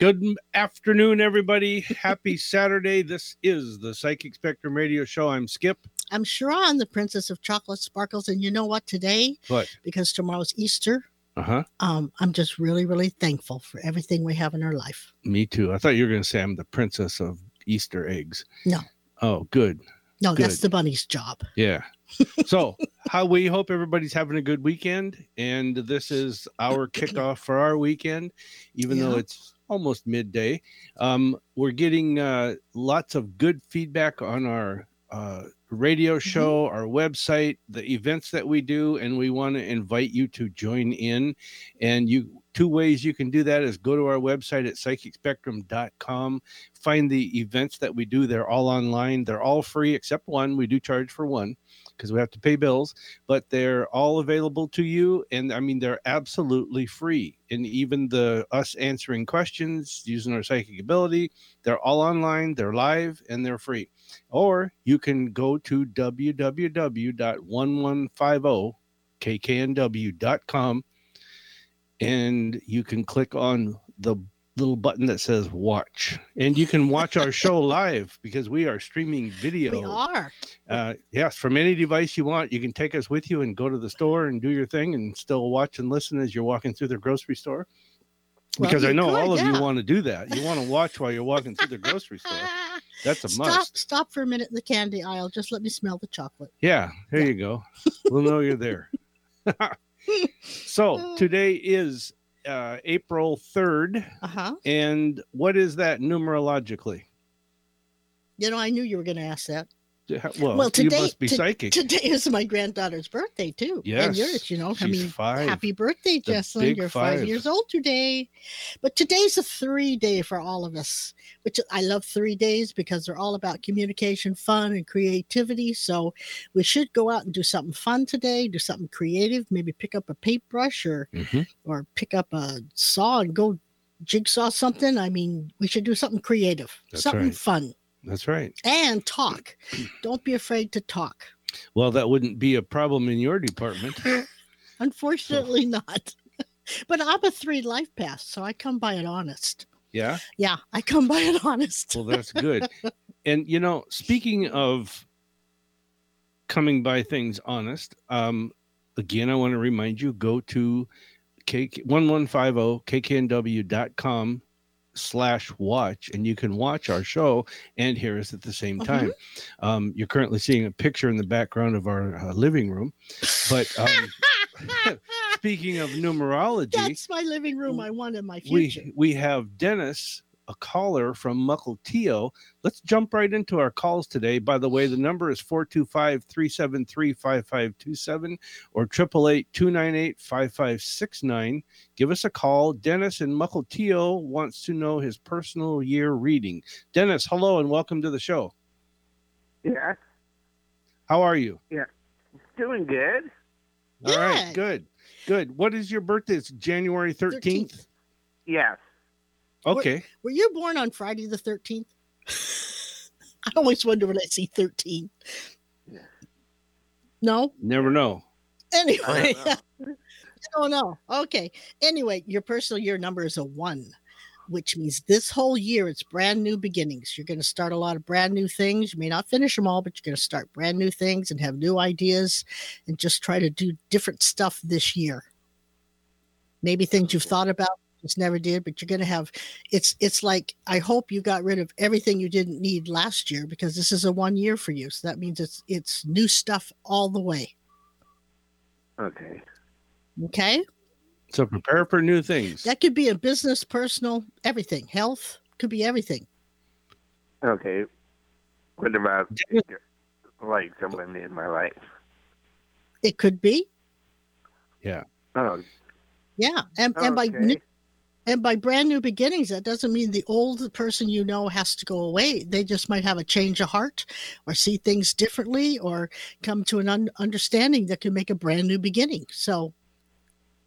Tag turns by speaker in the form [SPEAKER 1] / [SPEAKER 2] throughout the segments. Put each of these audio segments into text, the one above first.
[SPEAKER 1] Good afternoon, everybody. Happy Saturday. This is the Psychic Spectrum Radio Show. I'm Skip.
[SPEAKER 2] I'm Sharon, the Princess of Chocolate Sparkles. And you know what? Today,
[SPEAKER 1] What?
[SPEAKER 2] because tomorrow's Easter,
[SPEAKER 1] Uh huh.
[SPEAKER 2] um, I'm just really, really thankful for everything we have in our life.
[SPEAKER 1] Me too. I thought you were going to say I'm the princess of Easter eggs.
[SPEAKER 2] No.
[SPEAKER 1] Oh, good.
[SPEAKER 2] No, that's
[SPEAKER 1] Good.
[SPEAKER 2] the bunny's job.
[SPEAKER 1] Yeah. So, how we hope everybody's having a good weekend. And this is our kickoff for our weekend, even though
[SPEAKER 2] Yeah.
[SPEAKER 1] it's almost midday. Um, we're getting uh, lots of good feedback on our uh, radio show, our website, the events that we do. And we want to invite you to join in. And you, two ways you can do that is go to our website at psychicspectrum.com find the events that we do. They're all online. They're all free except one. We do charge for one because we have to pay bills, but they're all available to you. And I mean, they're absolutely free. And even the us answering questions using our psychic ability, they're all online, they're live, and they're free. Or you can go to www.1150kknw.com and you can click on the little button that says watch and you can watch our show live because we are streaming video
[SPEAKER 2] We are.
[SPEAKER 1] uh, yes, from any device you want, you can take us with you and go to the store and do your thing and still watch and listen as you're walking through the grocery store.
[SPEAKER 2] Well,
[SPEAKER 1] Because I
[SPEAKER 2] you
[SPEAKER 1] know
[SPEAKER 2] could,
[SPEAKER 1] all of
[SPEAKER 2] yeah.
[SPEAKER 1] you want to do that. You want to watch while you're walking through the grocery store.
[SPEAKER 2] Ah,
[SPEAKER 1] That's a
[SPEAKER 2] stop,
[SPEAKER 1] must.
[SPEAKER 2] stop for a minute in the candy aisle. Just let me smell the chocolate.
[SPEAKER 1] Yeah, there
[SPEAKER 2] Yeah.
[SPEAKER 1] you go. We'll know you're there. so today is uh, April 3rd.
[SPEAKER 2] Uh huh.
[SPEAKER 1] And what is that numerologically?
[SPEAKER 2] You know, I knew you were going to ask that.
[SPEAKER 1] Well,
[SPEAKER 2] today-
[SPEAKER 1] you must be
[SPEAKER 2] to-
[SPEAKER 1] psychic.
[SPEAKER 2] Today is my granddaughter's birthday, too. And
[SPEAKER 1] Yes.
[SPEAKER 2] yours, you know. I
[SPEAKER 1] She's
[SPEAKER 2] mean,
[SPEAKER 1] five.
[SPEAKER 2] Happy birthday,
[SPEAKER 1] The
[SPEAKER 2] Jesslyn.
[SPEAKER 1] big
[SPEAKER 2] You're five.
[SPEAKER 1] five.
[SPEAKER 2] years old today. But today's a three day for all of us, which I love three days because they're all about communication, fun, and creativity. So we should go out and do something fun today, do something creative, maybe pick up a paintbrush or,
[SPEAKER 1] Mhm.
[SPEAKER 2] or pick up a saw and go jigsaw something. I mean, we should do something creative,
[SPEAKER 1] That's
[SPEAKER 2] something
[SPEAKER 1] right.
[SPEAKER 2] fun,
[SPEAKER 1] That's right.
[SPEAKER 2] and talk. Don't be afraid to talk.
[SPEAKER 1] Well, that wouldn't be a problem in your department.
[SPEAKER 2] Unfortunately, not. But I'm a three life path, so I come by it honest.
[SPEAKER 1] Yeah.
[SPEAKER 2] Yeah, I come by it honest.
[SPEAKER 1] Well, that's good. and you know, speaking of coming by things honest, um, again, I want to remind you go to oh, k1150kknw.com slash watch and you can watch our show and hear us at the same
[SPEAKER 2] Mhm.
[SPEAKER 1] time um, you're currently seeing a picture in the background of our uh, living room but um, speaking of numerology
[SPEAKER 2] That's my living room I want in my future.
[SPEAKER 1] we we have Dennis, a caller from Mukilteo. Let's jump right into our calls today. By the way, the number is 425-373-5527 or 888-298-5569. Give us a call. Dennis in Mukilteo wants to know his personal year reading. Dennis, hello and welcome to the show.
[SPEAKER 3] Yeah,
[SPEAKER 1] How are you?
[SPEAKER 3] doing good.
[SPEAKER 1] All right, good.
[SPEAKER 2] Good.
[SPEAKER 1] Good. What is your birthday? It's January 13th.
[SPEAKER 2] 13th.
[SPEAKER 3] Yes.
[SPEAKER 2] We're-
[SPEAKER 1] Okay.
[SPEAKER 2] Were you born on Friday the 13th? I always wonder when I see 13.
[SPEAKER 3] Yeah.
[SPEAKER 2] No?
[SPEAKER 1] Never know.
[SPEAKER 2] Anyway,
[SPEAKER 3] I don't know.
[SPEAKER 2] I don't know. Okay. Anyway, your personal year number is a one, which means this whole year it's brand new beginnings. You're going to start a lot of brand new things. You may not finish them all, but you're going to start brand new things and have new ideas and just try to do different stuff this year. Maybe things you've thought about just never did but you're going to have it's it's like i hope you got rid of everything you didn't need last year because this is a one year for you so that means it's it's new stuff all the way
[SPEAKER 3] Okay.
[SPEAKER 2] okay
[SPEAKER 1] So prepare for new things.
[SPEAKER 2] That could be a business, personal, everything. Health could be everything.
[SPEAKER 3] Okay. What about like someone in my life?
[SPEAKER 2] It could be,
[SPEAKER 3] Oh,
[SPEAKER 2] yeah. And and by
[SPEAKER 3] okay.
[SPEAKER 2] new, and by brand new beginnings, that doesn't mean the old person you know has to go away. They just might have a change of heart, or see things differently, or come to an un- understanding that can make a brand new beginning. So,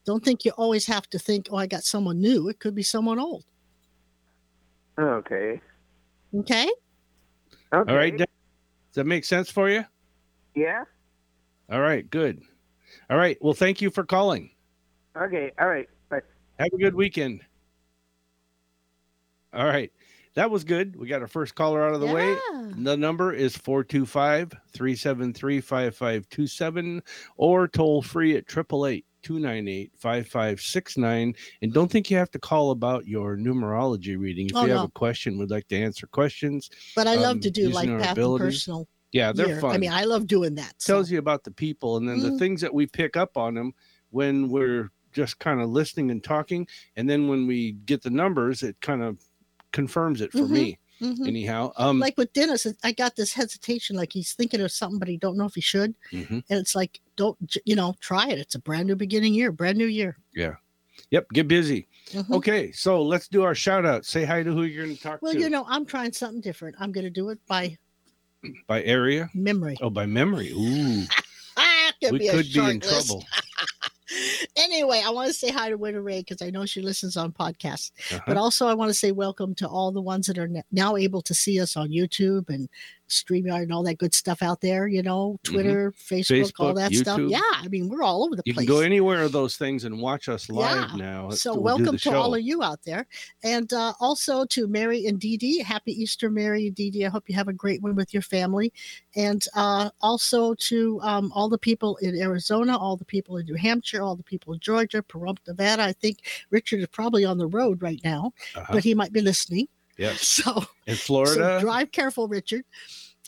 [SPEAKER 2] don't think you always have to think, "Oh, I got someone new." It could be someone old.
[SPEAKER 3] okay.
[SPEAKER 2] Okay.
[SPEAKER 3] Okay.
[SPEAKER 1] All right. Dennis. Does that make sense for you?
[SPEAKER 3] Yeah.
[SPEAKER 1] All right, good. All right. Well, thank you for calling.
[SPEAKER 3] Okay. All right. Bye.
[SPEAKER 1] Have a good weekend. All right. That was good. We got our first caller out of the way.
[SPEAKER 4] Yeah.
[SPEAKER 1] The number is 425 373 5527 or toll free at 888 298 5569. And don't think you have to call about your numerology reading. If
[SPEAKER 2] Oh,
[SPEAKER 1] you have
[SPEAKER 2] no.
[SPEAKER 1] a question, would like to answer questions.
[SPEAKER 2] But I love
[SPEAKER 1] um,
[SPEAKER 2] to do
[SPEAKER 1] using
[SPEAKER 2] like
[SPEAKER 1] our
[SPEAKER 2] path and
[SPEAKER 1] ability.
[SPEAKER 2] personal.
[SPEAKER 1] Yeah, they're
[SPEAKER 2] year.
[SPEAKER 1] fun.
[SPEAKER 2] I mean, I love doing that. So
[SPEAKER 1] tells you about the people and then the
[SPEAKER 2] Mhm.
[SPEAKER 1] things that we pick up on them when we're just kind of listening and talking and then when we get the numbers it kind of confirms it for
[SPEAKER 2] Mhm.
[SPEAKER 1] me
[SPEAKER 2] mhm.
[SPEAKER 1] anyhow um
[SPEAKER 2] like with Dennis, I got this hesitation, like he's thinking of something, but he don't know if he should.
[SPEAKER 1] mhm.
[SPEAKER 2] And it's like, don't j- you know, try it. It's a brand new beginning year, brand new year.
[SPEAKER 1] yep get busy
[SPEAKER 2] Mhm.
[SPEAKER 1] okay so let's do our shout out say hi to who you're going to talk
[SPEAKER 2] Well,
[SPEAKER 1] to
[SPEAKER 2] you know, I'm trying something different. I'm going to do it by
[SPEAKER 1] by area
[SPEAKER 2] memory.
[SPEAKER 1] oh by memory ooh
[SPEAKER 2] Ah, it could
[SPEAKER 1] we
[SPEAKER 2] be a
[SPEAKER 1] could be
[SPEAKER 2] short
[SPEAKER 1] in
[SPEAKER 2] list.
[SPEAKER 1] trouble
[SPEAKER 2] anyway, I want to say hi to Winter Ray because I know she listens on podcasts.
[SPEAKER 1] Uh-huh.
[SPEAKER 2] But also, I want to say welcome to all the ones that are n- now able to see us on YouTube and StreamYard and all that good stuff out there. You know, Twitter, Facebook, all
[SPEAKER 1] Mm-hmm. Facebook,
[SPEAKER 2] that stuff.
[SPEAKER 1] YouTube.
[SPEAKER 2] Yeah, I mean, we're all over the
[SPEAKER 1] you
[SPEAKER 2] place.
[SPEAKER 1] can go anywhere of those things and watch us live
[SPEAKER 2] Yeah.
[SPEAKER 1] now
[SPEAKER 2] so
[SPEAKER 1] We'll do
[SPEAKER 2] welcome
[SPEAKER 1] the
[SPEAKER 2] to all
[SPEAKER 1] show.
[SPEAKER 2] of you out there, and uh, also to Mary and Dee Dee. Happy Easter, Mary and Dee Dee. I hope you have a great one with your family, and uh, also to um, all the people in Arizona, all the people in New Hampshire, all the people in Georgia, Pahrump, Nevada. I think Richard is probably on the road right now,
[SPEAKER 1] Uh-huh.
[SPEAKER 2] but he might be listening.
[SPEAKER 1] Yep.
[SPEAKER 2] So,
[SPEAKER 1] in
[SPEAKER 2] so
[SPEAKER 1] florida
[SPEAKER 2] drive careful, Richard,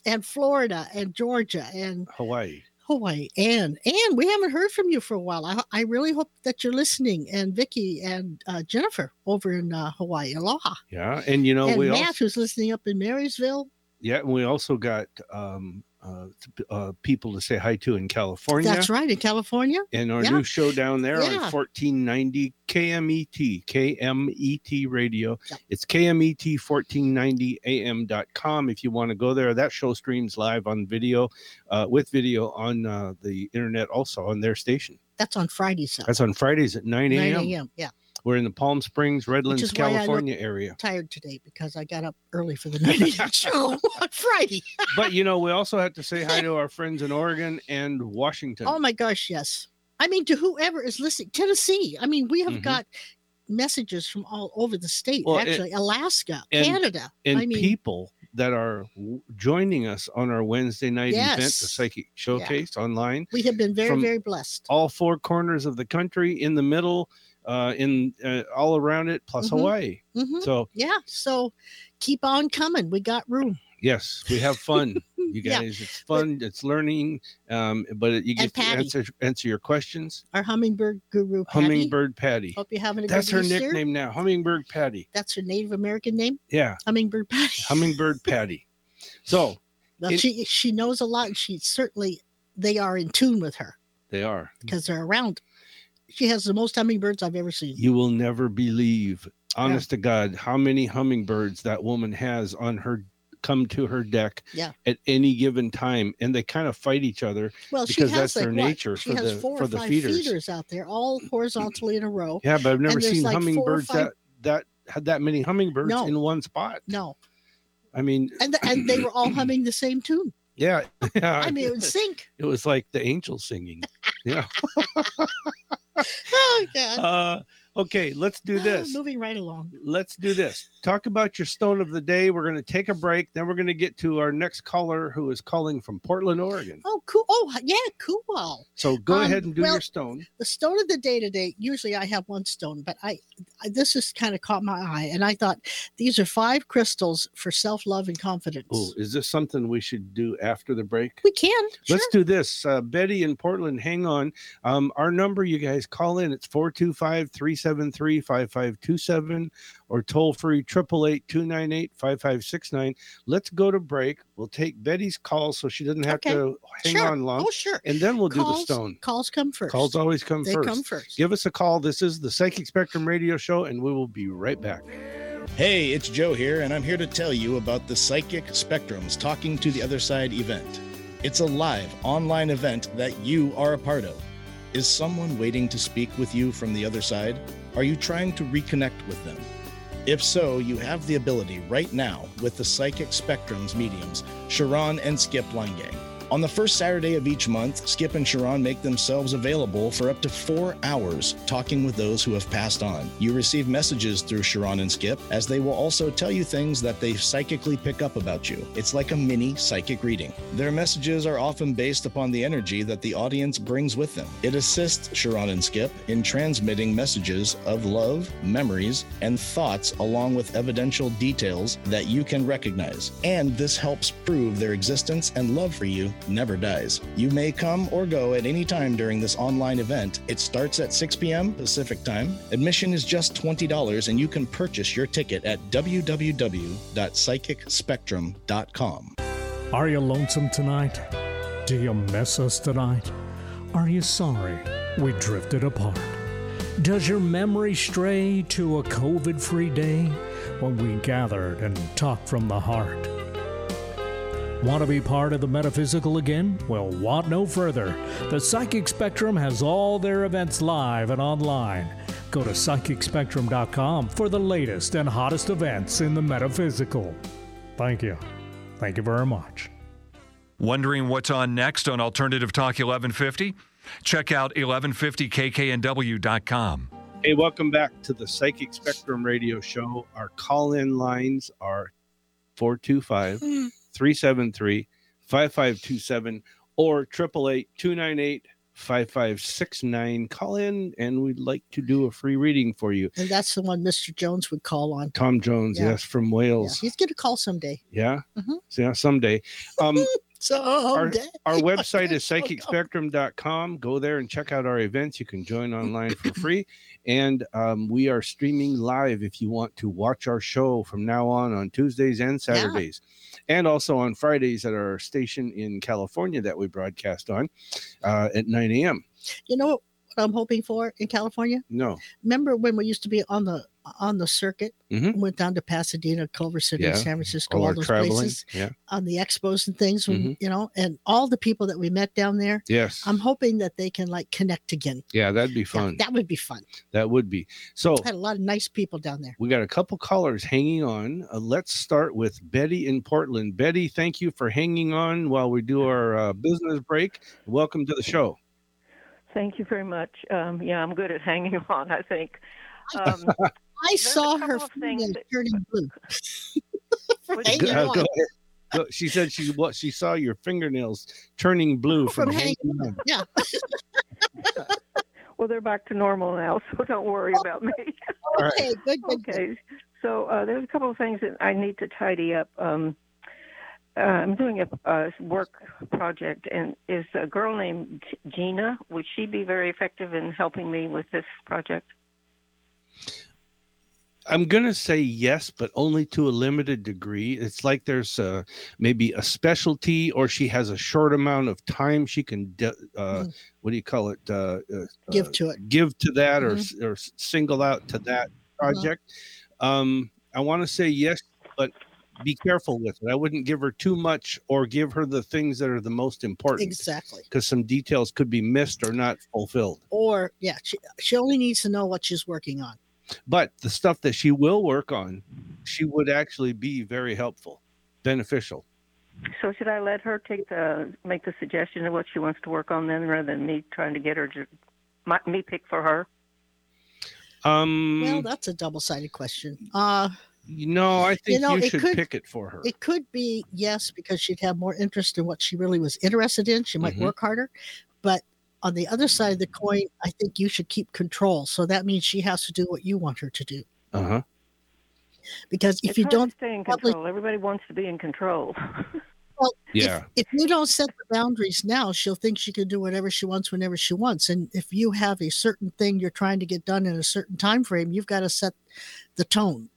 [SPEAKER 2] and Florida and Georgia and
[SPEAKER 1] hawaii
[SPEAKER 2] Hawaii. Anne, Anne, we haven't heard from you for a while. I, I really hope that you're listening. And Vicky and uh, Jennifer over in uh, Hawaii. Aloha.
[SPEAKER 1] yeah and you know
[SPEAKER 2] and
[SPEAKER 1] we
[SPEAKER 2] Matt,
[SPEAKER 1] also
[SPEAKER 2] who's listening up in Marysville.
[SPEAKER 1] Yeah, and we also got um, uh, t- uh, people to say hi to in California.
[SPEAKER 2] That's right, in California.
[SPEAKER 1] And our
[SPEAKER 2] Yeah.
[SPEAKER 1] new show down there on
[SPEAKER 2] Yeah.
[SPEAKER 1] 1490 KMET, KMET E radio.
[SPEAKER 2] Yep.
[SPEAKER 1] It's E KMET1490am.com if you want to go there. That show streams live on video, uh, with video on uh, the internet also on their station.
[SPEAKER 2] That's on Friday, so
[SPEAKER 1] That's on Fridays at 9 a.m.
[SPEAKER 2] Yeah.
[SPEAKER 1] We're in the Palm Springs, Redlands,
[SPEAKER 2] is why I look-
[SPEAKER 1] California area.
[SPEAKER 2] Tired today because I got up early for the 9 a.m. show on Friday.
[SPEAKER 1] But you know, we also have to say hi to our friends in Oregon and Washington.
[SPEAKER 2] Oh my gosh, yes. I mean, to whoever is listening, Tennessee. I mean, we have
[SPEAKER 1] Mhm.
[SPEAKER 2] got messages from all over the state,
[SPEAKER 1] Well, and-
[SPEAKER 2] actually, Alaska,
[SPEAKER 1] and-
[SPEAKER 2] Canada.
[SPEAKER 1] and
[SPEAKER 2] I mean,
[SPEAKER 1] people that are w- joining us on our Wednesday night event, the
[SPEAKER 2] Yes.
[SPEAKER 1] Psychic Showcase online,
[SPEAKER 2] we have been very,
[SPEAKER 1] from-
[SPEAKER 2] very blessed.
[SPEAKER 1] all four corners of the country, in the middle, uh, in uh, all around it, plus
[SPEAKER 2] Mhm.
[SPEAKER 1] Hawaii.
[SPEAKER 2] hmm
[SPEAKER 1] So
[SPEAKER 2] yeah so keep on coming we got room
[SPEAKER 1] yes, we have fun, you
[SPEAKER 2] Yeah.
[SPEAKER 1] guys. It's fun. It's learning. Um, but you get to
[SPEAKER 2] Patty.
[SPEAKER 1] answer answer your questions.
[SPEAKER 2] our hummingbird guru Patty. Oh,
[SPEAKER 1] Hummingbird Patty.
[SPEAKER 2] hope you're having a
[SPEAKER 1] That's
[SPEAKER 2] good
[SPEAKER 1] her
[SPEAKER 2] Easter.
[SPEAKER 1] nickname now. Hummingbird Patty.
[SPEAKER 2] that's her native american name
[SPEAKER 1] Yeah,
[SPEAKER 2] hummingbird Patty.
[SPEAKER 1] Hummingbird Patty. So
[SPEAKER 2] well,
[SPEAKER 1] it-
[SPEAKER 2] she she knows a lot and she certainly they are in tune with her
[SPEAKER 1] they are.
[SPEAKER 2] because they're around she has the most hummingbirds i've ever seen
[SPEAKER 1] you will never believe honest to god how many hummingbirds that woman has on her come to her deck
[SPEAKER 2] Yeah.
[SPEAKER 1] at any given time and they kind of fight each other
[SPEAKER 2] well she
[SPEAKER 1] because
[SPEAKER 2] has
[SPEAKER 1] that's
[SPEAKER 2] like
[SPEAKER 1] their
[SPEAKER 2] what?
[SPEAKER 1] nature
[SPEAKER 2] she
[SPEAKER 1] for
[SPEAKER 2] has
[SPEAKER 1] the-
[SPEAKER 2] four
[SPEAKER 1] for
[SPEAKER 2] or
[SPEAKER 1] the
[SPEAKER 2] five
[SPEAKER 1] feeders.
[SPEAKER 2] out there all horizontally in a row
[SPEAKER 1] yeah but i've never
[SPEAKER 2] there's
[SPEAKER 1] seen
[SPEAKER 2] like four or
[SPEAKER 1] hummingbirds
[SPEAKER 2] five-
[SPEAKER 1] that that had that many hummingbirds
[SPEAKER 2] No.
[SPEAKER 1] in one spot
[SPEAKER 2] no
[SPEAKER 1] i mean
[SPEAKER 2] and, th- and they were all humming the same tune
[SPEAKER 1] yeah, Oh, yeah
[SPEAKER 2] i mean it would sync
[SPEAKER 1] it was like the angels singing yeah
[SPEAKER 2] oh god Ah,
[SPEAKER 1] uh, okay let's do this
[SPEAKER 2] moving right along
[SPEAKER 1] let's do this. Talk about your stone of the day. We're going to take a break. Then we're going to get to our next caller who is calling from Portland, Oregon.
[SPEAKER 2] oh cool oh yeah cool
[SPEAKER 1] So go
[SPEAKER 2] Um,
[SPEAKER 1] ahead and do
[SPEAKER 2] well-
[SPEAKER 1] your stone.
[SPEAKER 2] the stone of the day today usually i have one stone but i, I this has kind of caught my eye and i thought these are five crystals for self-love and confidence
[SPEAKER 1] Oh, is this something we should do after the break?
[SPEAKER 2] we can sure.
[SPEAKER 1] Let's do this. Uh, Betty in Portland, hang on. Um, our number, you guys call in. It's 425 373 5527 or toll free 888 298 5569. Let's go to break. We'll take Betty's call so she doesn't have
[SPEAKER 2] Okay.
[SPEAKER 1] to hang
[SPEAKER 2] sure.
[SPEAKER 1] on long.
[SPEAKER 2] oh sure
[SPEAKER 1] And then we'll do the
[SPEAKER 2] Calls-
[SPEAKER 1] stone.
[SPEAKER 2] calls come first
[SPEAKER 1] Calls always come
[SPEAKER 2] they
[SPEAKER 1] first.
[SPEAKER 2] come first
[SPEAKER 1] Give us a call. This is the Psychic Spectrum Radio Show, and we will be right back.
[SPEAKER 5] Hey, it's Joe here, and I'm here to tell you about the Psychic Spectrums Talking to the Other Side event. It's a live online event that you are a part of. Is someone waiting to speak with you from the other side? Are you trying to reconnect with them? If so, you have the ability right now with the Psychic Spectrums mediums, Sharon and Skip Lange, On the first Saturday of each month, Skip and Sharon make themselves available for up to four hours talking with those who have passed on. You receive messages through Sharon and Skip, as they will also tell you things that they psychically pick up about you. It's like a mini psychic reading. Their messages are often based upon the energy that the audience brings with them. It assists Sharon and Skip in transmitting messages of love, memories, and thoughts, along with evidential details that you can recognize. And this helps prove their existence and love for you never dies. You may come or go at any time during this online event. It starts at 6 p.m. Pacific time. Admission is just $20, and you can purchase your ticket at www.psychicspectrum.com.
[SPEAKER 4] Are you lonesome tonight? Do you miss us tonight? Are you sorry we drifted apart? Does your memory stray to a COVID free day when we gathered and talked from the heart? Want to be part of the metaphysical again? Well, want no further. The Psychic Spectrum has all their events live and online. Go to psychicspectrum.com for the latest and hottest events in the metaphysical. Thank you. Thank you very much.
[SPEAKER 6] Wondering what's on next on Alternative Talk 1150? Check out 1150kknw.com.
[SPEAKER 1] Hey, welcome back to the Psychic Spectrum Radio Show. Our call in lines are 425 373 5527 or 888 298 5569. Call in and we'd like to do a free reading for you.
[SPEAKER 2] And that's the one Mr. Jones would call on.
[SPEAKER 1] Tom Jones,
[SPEAKER 2] Yeah.
[SPEAKER 1] yes, from
[SPEAKER 2] Yeah,
[SPEAKER 1] Wales.
[SPEAKER 2] he's going to call someday.
[SPEAKER 1] Yeah.
[SPEAKER 2] Mhm.
[SPEAKER 1] Yeah, someday. Um, our,
[SPEAKER 2] Someday.
[SPEAKER 1] our website is
[SPEAKER 2] Oh, no.
[SPEAKER 1] psychicspectrum.com. Go there and check out our events. You can join online for free. And um, we are streaming live if you want to watch our show from now on on Tuesdays and
[SPEAKER 2] Yeah.
[SPEAKER 1] Saturdays. And also on Fridays at our station in California that we broadcast on uh, at 9 a.m.
[SPEAKER 2] You know what I'm hoping for in California?
[SPEAKER 1] No.
[SPEAKER 2] Remember when we used to be on the on the circuit,
[SPEAKER 1] Mhm.
[SPEAKER 2] went down to Pasadena, Culver City,
[SPEAKER 1] Yeah.
[SPEAKER 2] San Francisco,
[SPEAKER 1] All
[SPEAKER 2] all,
[SPEAKER 1] our
[SPEAKER 2] those
[SPEAKER 1] traveling.
[SPEAKER 2] places
[SPEAKER 1] Yeah.
[SPEAKER 2] on the expos and things, when, you know, and all the people that we met down there.
[SPEAKER 1] Mm-hmm. Yes.
[SPEAKER 2] I'm hoping that they can like connect again.
[SPEAKER 1] yeah, that'd be
[SPEAKER 2] Yeah,
[SPEAKER 1] fun. Oh.
[SPEAKER 2] that would be fun.
[SPEAKER 1] that would be. So
[SPEAKER 2] I had a lot of nice people down there.
[SPEAKER 1] We got a couple callers hanging on. Uh, let's start with Betty in Portland. Betty, thank you for hanging on while we do our uh, business break. Welcome to the show.
[SPEAKER 7] Thank you very much. Um, yeah, I'm good at hanging on, I think. Um,
[SPEAKER 2] I
[SPEAKER 7] There's a
[SPEAKER 2] saw her
[SPEAKER 7] couple of things
[SPEAKER 2] fingernails
[SPEAKER 7] that-
[SPEAKER 2] turning blue. For
[SPEAKER 7] Go-
[SPEAKER 2] hanging
[SPEAKER 1] Go- uh,
[SPEAKER 2] on.
[SPEAKER 1] go ahead. Go- She said she what she saw your fingernails turning blue from,
[SPEAKER 2] From
[SPEAKER 1] hanging on.
[SPEAKER 7] well, they're back to normal now, so don't worry about me.
[SPEAKER 1] All right.
[SPEAKER 2] Oh, Okay, good, good, good.
[SPEAKER 7] okay. So uh, there's a couple of things that I need to tidy up. Um, uh, I'm doing a, a work project, and is a girl named G- Gina. Would she be very effective in helping me with this project?
[SPEAKER 1] I'm gonna say yes, but only to a limited degree. It's like there's uh maybe a specialty, or she has a short amount of time she can. De- uh,
[SPEAKER 2] Mm.
[SPEAKER 1] What do you call it? Uh, uh, uh,
[SPEAKER 2] Give to it. Mm-hmm.
[SPEAKER 1] give to that or s or s- single out to that project. Um, I want to say yes, but be careful with it. I wouldn't give her too much or give her the things that are the most important because
[SPEAKER 2] Exactly.
[SPEAKER 1] some details could be missed or not fulfilled.
[SPEAKER 2] Or yeah, she, she only needs to know what she's working on.
[SPEAKER 1] But the stuff that she will work on, she would actually be very helpful, beneficial.
[SPEAKER 7] So should I let her take the make the suggestion of what she wants to work on then, rather than me trying to get her to my, me pick for her?
[SPEAKER 1] Um,
[SPEAKER 2] Well, that's a double-sided question. Uh
[SPEAKER 1] you know, I think you,
[SPEAKER 2] know, it
[SPEAKER 1] should
[SPEAKER 2] could-
[SPEAKER 1] pick it for her.
[SPEAKER 2] it could be yes because she'd have more interest in what she really was interested in. She might
[SPEAKER 1] Mhm.
[SPEAKER 2] work harder, but on the other side of the coin, I think you should keep control. So that means she has to do what you want her to do.
[SPEAKER 1] Uh huh.
[SPEAKER 2] Because if
[SPEAKER 7] It's
[SPEAKER 2] you
[SPEAKER 7] hard to
[SPEAKER 2] don't,
[SPEAKER 7] stay in
[SPEAKER 2] probably-
[SPEAKER 7] control, everybody wants to be in control.
[SPEAKER 2] if-
[SPEAKER 1] Yeah.
[SPEAKER 2] if you don't set the boundaries now, she'll think she can do whatever she wants whenever she wants. And if you have a certain thing you're trying to get done in a certain time frame, you've got to set the tone.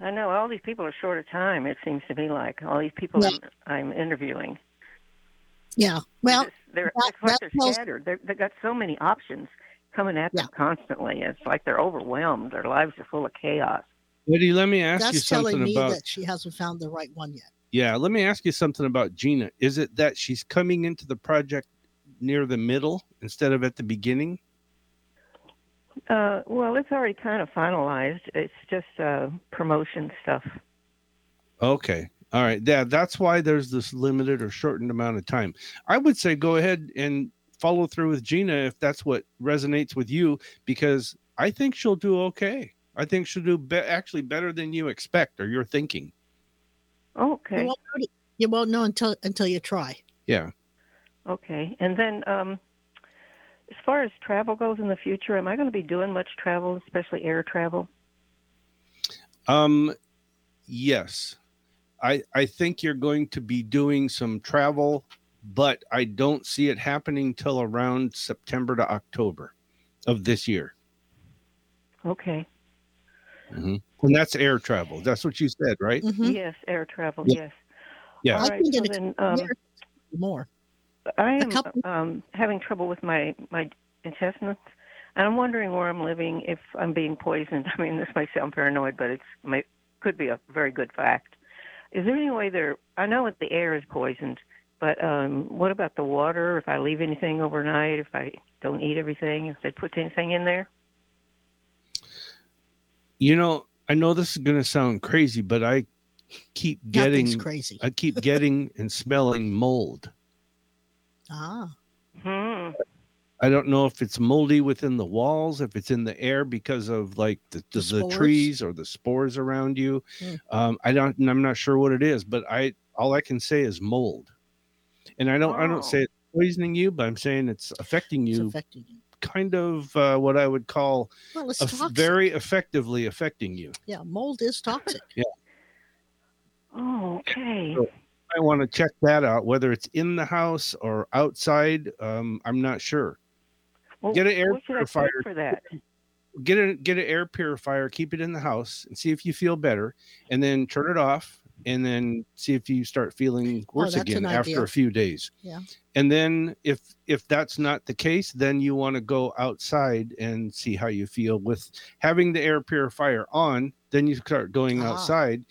[SPEAKER 7] I know all these people are short of time. It seems to me like all these people
[SPEAKER 2] Yeah.
[SPEAKER 7] I'm, I'm interviewing.
[SPEAKER 2] Yeah. Well,
[SPEAKER 7] It's- they're,
[SPEAKER 2] that-
[SPEAKER 7] it's like
[SPEAKER 2] that
[SPEAKER 7] they're
[SPEAKER 2] tells-
[SPEAKER 7] scattered. They're, they've got so many options coming at them constantly. It's like they're overwhelmed. Their lives are full of chaos.
[SPEAKER 1] Betty, let me ask you
[SPEAKER 2] that's telling
[SPEAKER 1] something
[SPEAKER 2] me
[SPEAKER 1] about
[SPEAKER 2] that she hasn't found the right one yet.
[SPEAKER 1] Yeah, let me ask you something about Gina. Is it that she's coming into the project near the middle instead of at the beginning?
[SPEAKER 7] Uh, well, it's already kind of finalized. It's just uh, promotion stuff.
[SPEAKER 1] Okay. All right. Yeah, that's why there's this limited or shortened amount of time. I would say go ahead and follow through with Gina if that's what resonates with you, because I think she'll do okay. I think she'll do be- actually better than you expect or you're thinking.
[SPEAKER 7] Okay.
[SPEAKER 2] You won't, know, you won't know until until you try.
[SPEAKER 1] Yeah.
[SPEAKER 7] Okay. And then, um, as far as travel goes in the future, am I going to be doing much travel, especially air travel?
[SPEAKER 1] Um, yes. I, I think you're going to be doing some travel, but I don't see it happening till around September to October of this year.
[SPEAKER 7] Okay.
[SPEAKER 1] Mm-hmm. And that's air travel. That's what you said, right?
[SPEAKER 7] Mm-hmm. Yes, air travel. Yeah. Yes.
[SPEAKER 1] Yeah.
[SPEAKER 7] All right. So then, um,
[SPEAKER 2] more.
[SPEAKER 7] I am um, having trouble with my my intestines, and I'm wondering where I'm living if I'm being poisoned. I mean, this might sound paranoid, but it's my could be a very good fact. Is there any way there? I know that the air is poisoned, but um, what about the water? If I leave anything overnight, if I don't eat everything, if they put anything in there?
[SPEAKER 1] You know, I know this is going to sound crazy, but I keep getting
[SPEAKER 2] Nothing's crazy.
[SPEAKER 1] I keep getting and smelling mold.
[SPEAKER 2] Ah.
[SPEAKER 7] Hmm.
[SPEAKER 1] I don't know if it's moldy within the walls, if it's in the air because of like the, the, the trees or the spores around you.
[SPEAKER 2] Hmm.
[SPEAKER 1] Um, I don't. and I'm not sure what it is, but I all I can say is mold, and I don't. I
[SPEAKER 7] Oh.
[SPEAKER 1] don't say it's poisoning you, but I'm saying it's affecting
[SPEAKER 2] It's
[SPEAKER 1] you,
[SPEAKER 2] affecting you.
[SPEAKER 1] kind of uh, what I would call
[SPEAKER 2] Well, it's
[SPEAKER 1] a
[SPEAKER 2] toxic.
[SPEAKER 1] very effectively affecting you.
[SPEAKER 2] yeah, mold is toxic.
[SPEAKER 7] Oh, okay.
[SPEAKER 1] So- I want to check that out, whether it's in the house or outside. Um, I'm not sure.
[SPEAKER 7] Well,
[SPEAKER 1] Get an air
[SPEAKER 7] what should I put
[SPEAKER 1] purifier.
[SPEAKER 7] for that?
[SPEAKER 1] Get a get an air purifier, keep it in the house, and see if you feel better, and then turn it off, and then see if you start feeling worse
[SPEAKER 2] Oh, that's
[SPEAKER 1] again
[SPEAKER 2] an
[SPEAKER 1] after
[SPEAKER 2] idea.
[SPEAKER 1] a few days.
[SPEAKER 2] Yeah.
[SPEAKER 1] And then if if that's not the case, then you want to go outside and see how you feel with having the air purifier on. Then you start going
[SPEAKER 2] Ah.
[SPEAKER 1] outside.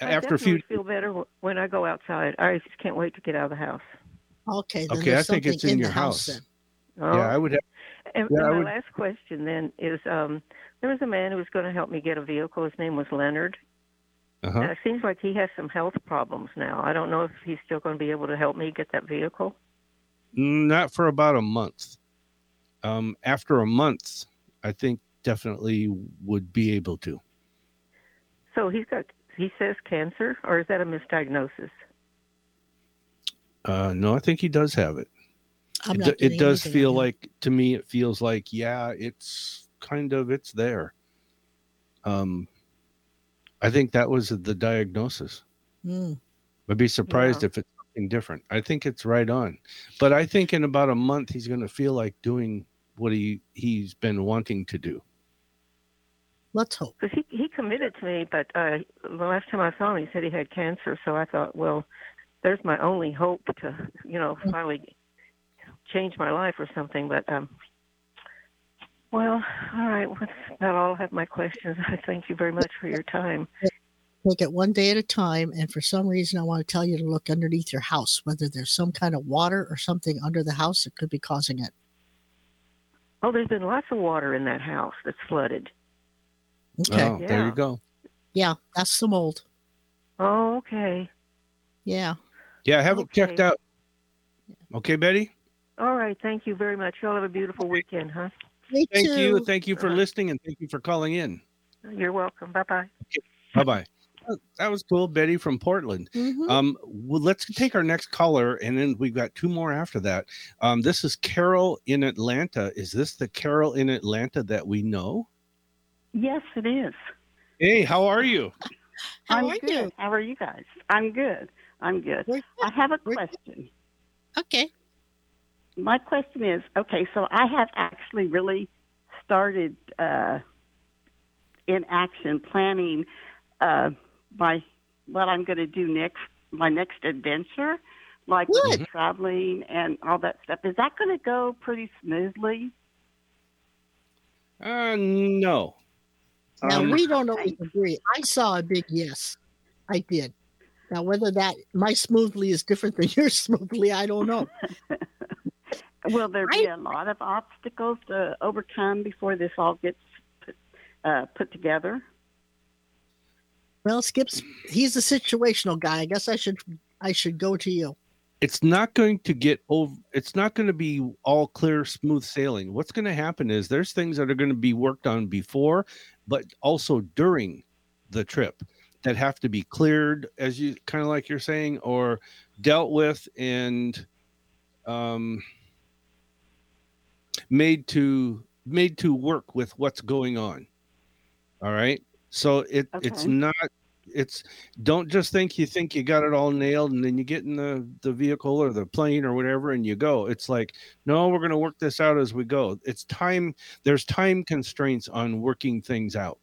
[SPEAKER 1] after
[SPEAKER 7] I
[SPEAKER 1] a few
[SPEAKER 7] definitely feel better wh- when I go outside. I just can't wait to get out of the house.
[SPEAKER 2] Okay. Then
[SPEAKER 1] Okay, I
[SPEAKER 2] there's
[SPEAKER 1] think it's in
[SPEAKER 2] something the
[SPEAKER 1] your house.
[SPEAKER 2] then.
[SPEAKER 7] Oh.
[SPEAKER 1] Yeah, I would have
[SPEAKER 7] And,
[SPEAKER 1] Yeah,
[SPEAKER 7] and
[SPEAKER 1] I
[SPEAKER 7] my
[SPEAKER 1] would-
[SPEAKER 7] last question then is um, there was a man who was going to help me get a vehicle. His name was Leonard.
[SPEAKER 1] uh-huh.
[SPEAKER 7] And it seems like he has some health problems now. I don't know if he's still going to be able to help me get that vehicle.
[SPEAKER 1] mm, not for about a month um after a month i think definitely would be able to
[SPEAKER 7] So he's got, he says cancer, or is that a misdiagnosis?
[SPEAKER 1] uh no i think he does have it
[SPEAKER 2] I'm
[SPEAKER 1] it,
[SPEAKER 2] not
[SPEAKER 1] do- it
[SPEAKER 2] getting
[SPEAKER 1] does
[SPEAKER 2] anything on
[SPEAKER 1] feel
[SPEAKER 2] him.
[SPEAKER 1] like to me it feels like yeah it's kind of it's there um i think that was the diagnosis
[SPEAKER 2] Mm.
[SPEAKER 1] i'd be surprised
[SPEAKER 7] Yeah.
[SPEAKER 1] if it's something different i think it's right on but i think in about a month he's going to feel like doing what he he's been wanting to do
[SPEAKER 2] Let's hope.
[SPEAKER 7] Because he, he committed to me, but uh, the last time I saw him, he said he had cancer. So I thought, well, there's my only hope to, you know, finally change my life or something. But, um, well, all right. Well, that's about all I have my questions. I thank you very much for your time.
[SPEAKER 2] Take it one day at a time. And for some reason, I want to tell you to look underneath your house, whether there's some kind of water or something under the house that could be causing it.
[SPEAKER 7] Oh, there's been lots of water in that house that's flooded.
[SPEAKER 2] Okay.
[SPEAKER 1] oh there
[SPEAKER 7] Yeah.
[SPEAKER 1] you go
[SPEAKER 2] Yeah, that's the mold.
[SPEAKER 7] Oh, okay.
[SPEAKER 2] Yeah.
[SPEAKER 1] Yeah, have it checked
[SPEAKER 7] Okay.
[SPEAKER 1] out. Okay, Betty.
[SPEAKER 7] All right. Thank you very much. Y'all have a beautiful weekend, huh?
[SPEAKER 2] Me
[SPEAKER 1] Thank
[SPEAKER 2] too.
[SPEAKER 1] you. Thank you for
[SPEAKER 7] Uh-huh.
[SPEAKER 1] listening and thank you for calling in.
[SPEAKER 7] You're welcome. Bye bye.
[SPEAKER 1] Bye bye. That was cool, Betty from Portland.
[SPEAKER 7] Mm-hmm.
[SPEAKER 2] Mhm.
[SPEAKER 1] Um, well, let's take our next caller, and then we've got two more after that. Um, this is Carol in Atlanta. Is this the Carol in Atlanta that we know?
[SPEAKER 8] Yes, it is.
[SPEAKER 1] Hey, how are you?
[SPEAKER 2] How
[SPEAKER 8] I'm
[SPEAKER 2] are
[SPEAKER 8] good.
[SPEAKER 2] you?
[SPEAKER 8] How are you guys? I'm good. I'm good.
[SPEAKER 2] We're
[SPEAKER 8] I have a
[SPEAKER 2] We're-
[SPEAKER 8] question.
[SPEAKER 2] Okay.
[SPEAKER 8] My question is okay, so I have actually really started uh, in action planning uh, my what I'm going to do next, my next adventure, like with the traveling and all that stuff. Is that going to go pretty smoothly?
[SPEAKER 1] Uh, no.
[SPEAKER 2] Now
[SPEAKER 1] Um,
[SPEAKER 2] we don't always agree. I saw a big yes. I did. Now whether that my smoothly is different than your smoothly, I don't know.
[SPEAKER 8] Will there be a lot of obstacles to overcome before this all gets put, uh, put together?
[SPEAKER 2] Well, Skip's he's a situational guy. I guess I should I should go to you.
[SPEAKER 1] It's not going to get over. It's not going to be all clear, smooth sailing. What's going to happen is there's things that are going to be worked on before, but also during the trip that have to be cleared, as you kind of like you're saying, or dealt with and um, made to made to work with what's going on. All right. So it it's
[SPEAKER 9] Okay.
[SPEAKER 1] not it's don't just think you think you got it all nailed and then you get in the the vehicle or the plane or whatever and you go. It's like no, we're going to work this out as we go. It's time there's time constraints on working things out.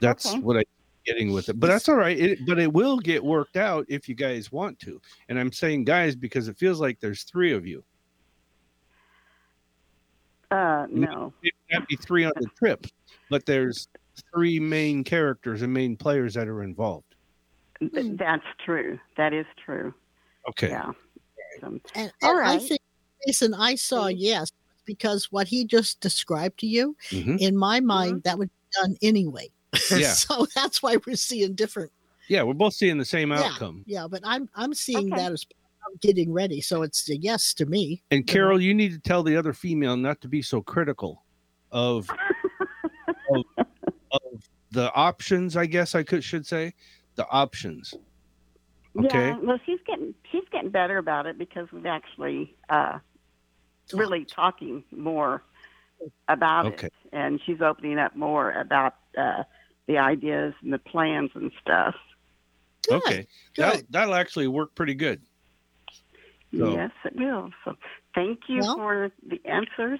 [SPEAKER 1] That's
[SPEAKER 9] Okay.
[SPEAKER 1] what I'm getting with it. But that's all right. It, but it will get worked out if you guys want to. And I'm saying guys because it feels like there's three of you.
[SPEAKER 8] Uh,
[SPEAKER 1] Mm-hmm.
[SPEAKER 8] no.
[SPEAKER 1] It might be three on the trip, but there's three main characters and main players that are involved.
[SPEAKER 8] Th- That's true. That is true.
[SPEAKER 1] Okay.
[SPEAKER 8] Yeah.
[SPEAKER 2] And,
[SPEAKER 8] All
[SPEAKER 2] and
[SPEAKER 8] right.
[SPEAKER 2] I think Jason, I saw yes because what he just described to you,
[SPEAKER 1] Mhm.
[SPEAKER 2] in
[SPEAKER 8] Mm-hmm.
[SPEAKER 2] my mind, that would be done anyway.
[SPEAKER 1] Yeah.
[SPEAKER 2] so that's why we're seeing different.
[SPEAKER 1] Yeah, we're both seeing the same
[SPEAKER 2] Yeah,
[SPEAKER 1] outcome.
[SPEAKER 2] yeah, but I'm I'm seeing
[SPEAKER 8] Okay.
[SPEAKER 2] that as I'm getting ready. So it's a yes to me.
[SPEAKER 1] And Carol, you need to tell the other female not to be so critical of of, of the options, I guess I could should say. The options. Okay.
[SPEAKER 8] Yeah. Well, she's getting she's getting better about it because we've actually uh, really talking more about
[SPEAKER 1] Okay.
[SPEAKER 8] it, and she's opening up more about uh, the ideas and the plans and stuff.
[SPEAKER 1] okay. That that'll actually work pretty good. So-
[SPEAKER 8] Yes, it will. So, thank you
[SPEAKER 2] Well-
[SPEAKER 8] for the answers.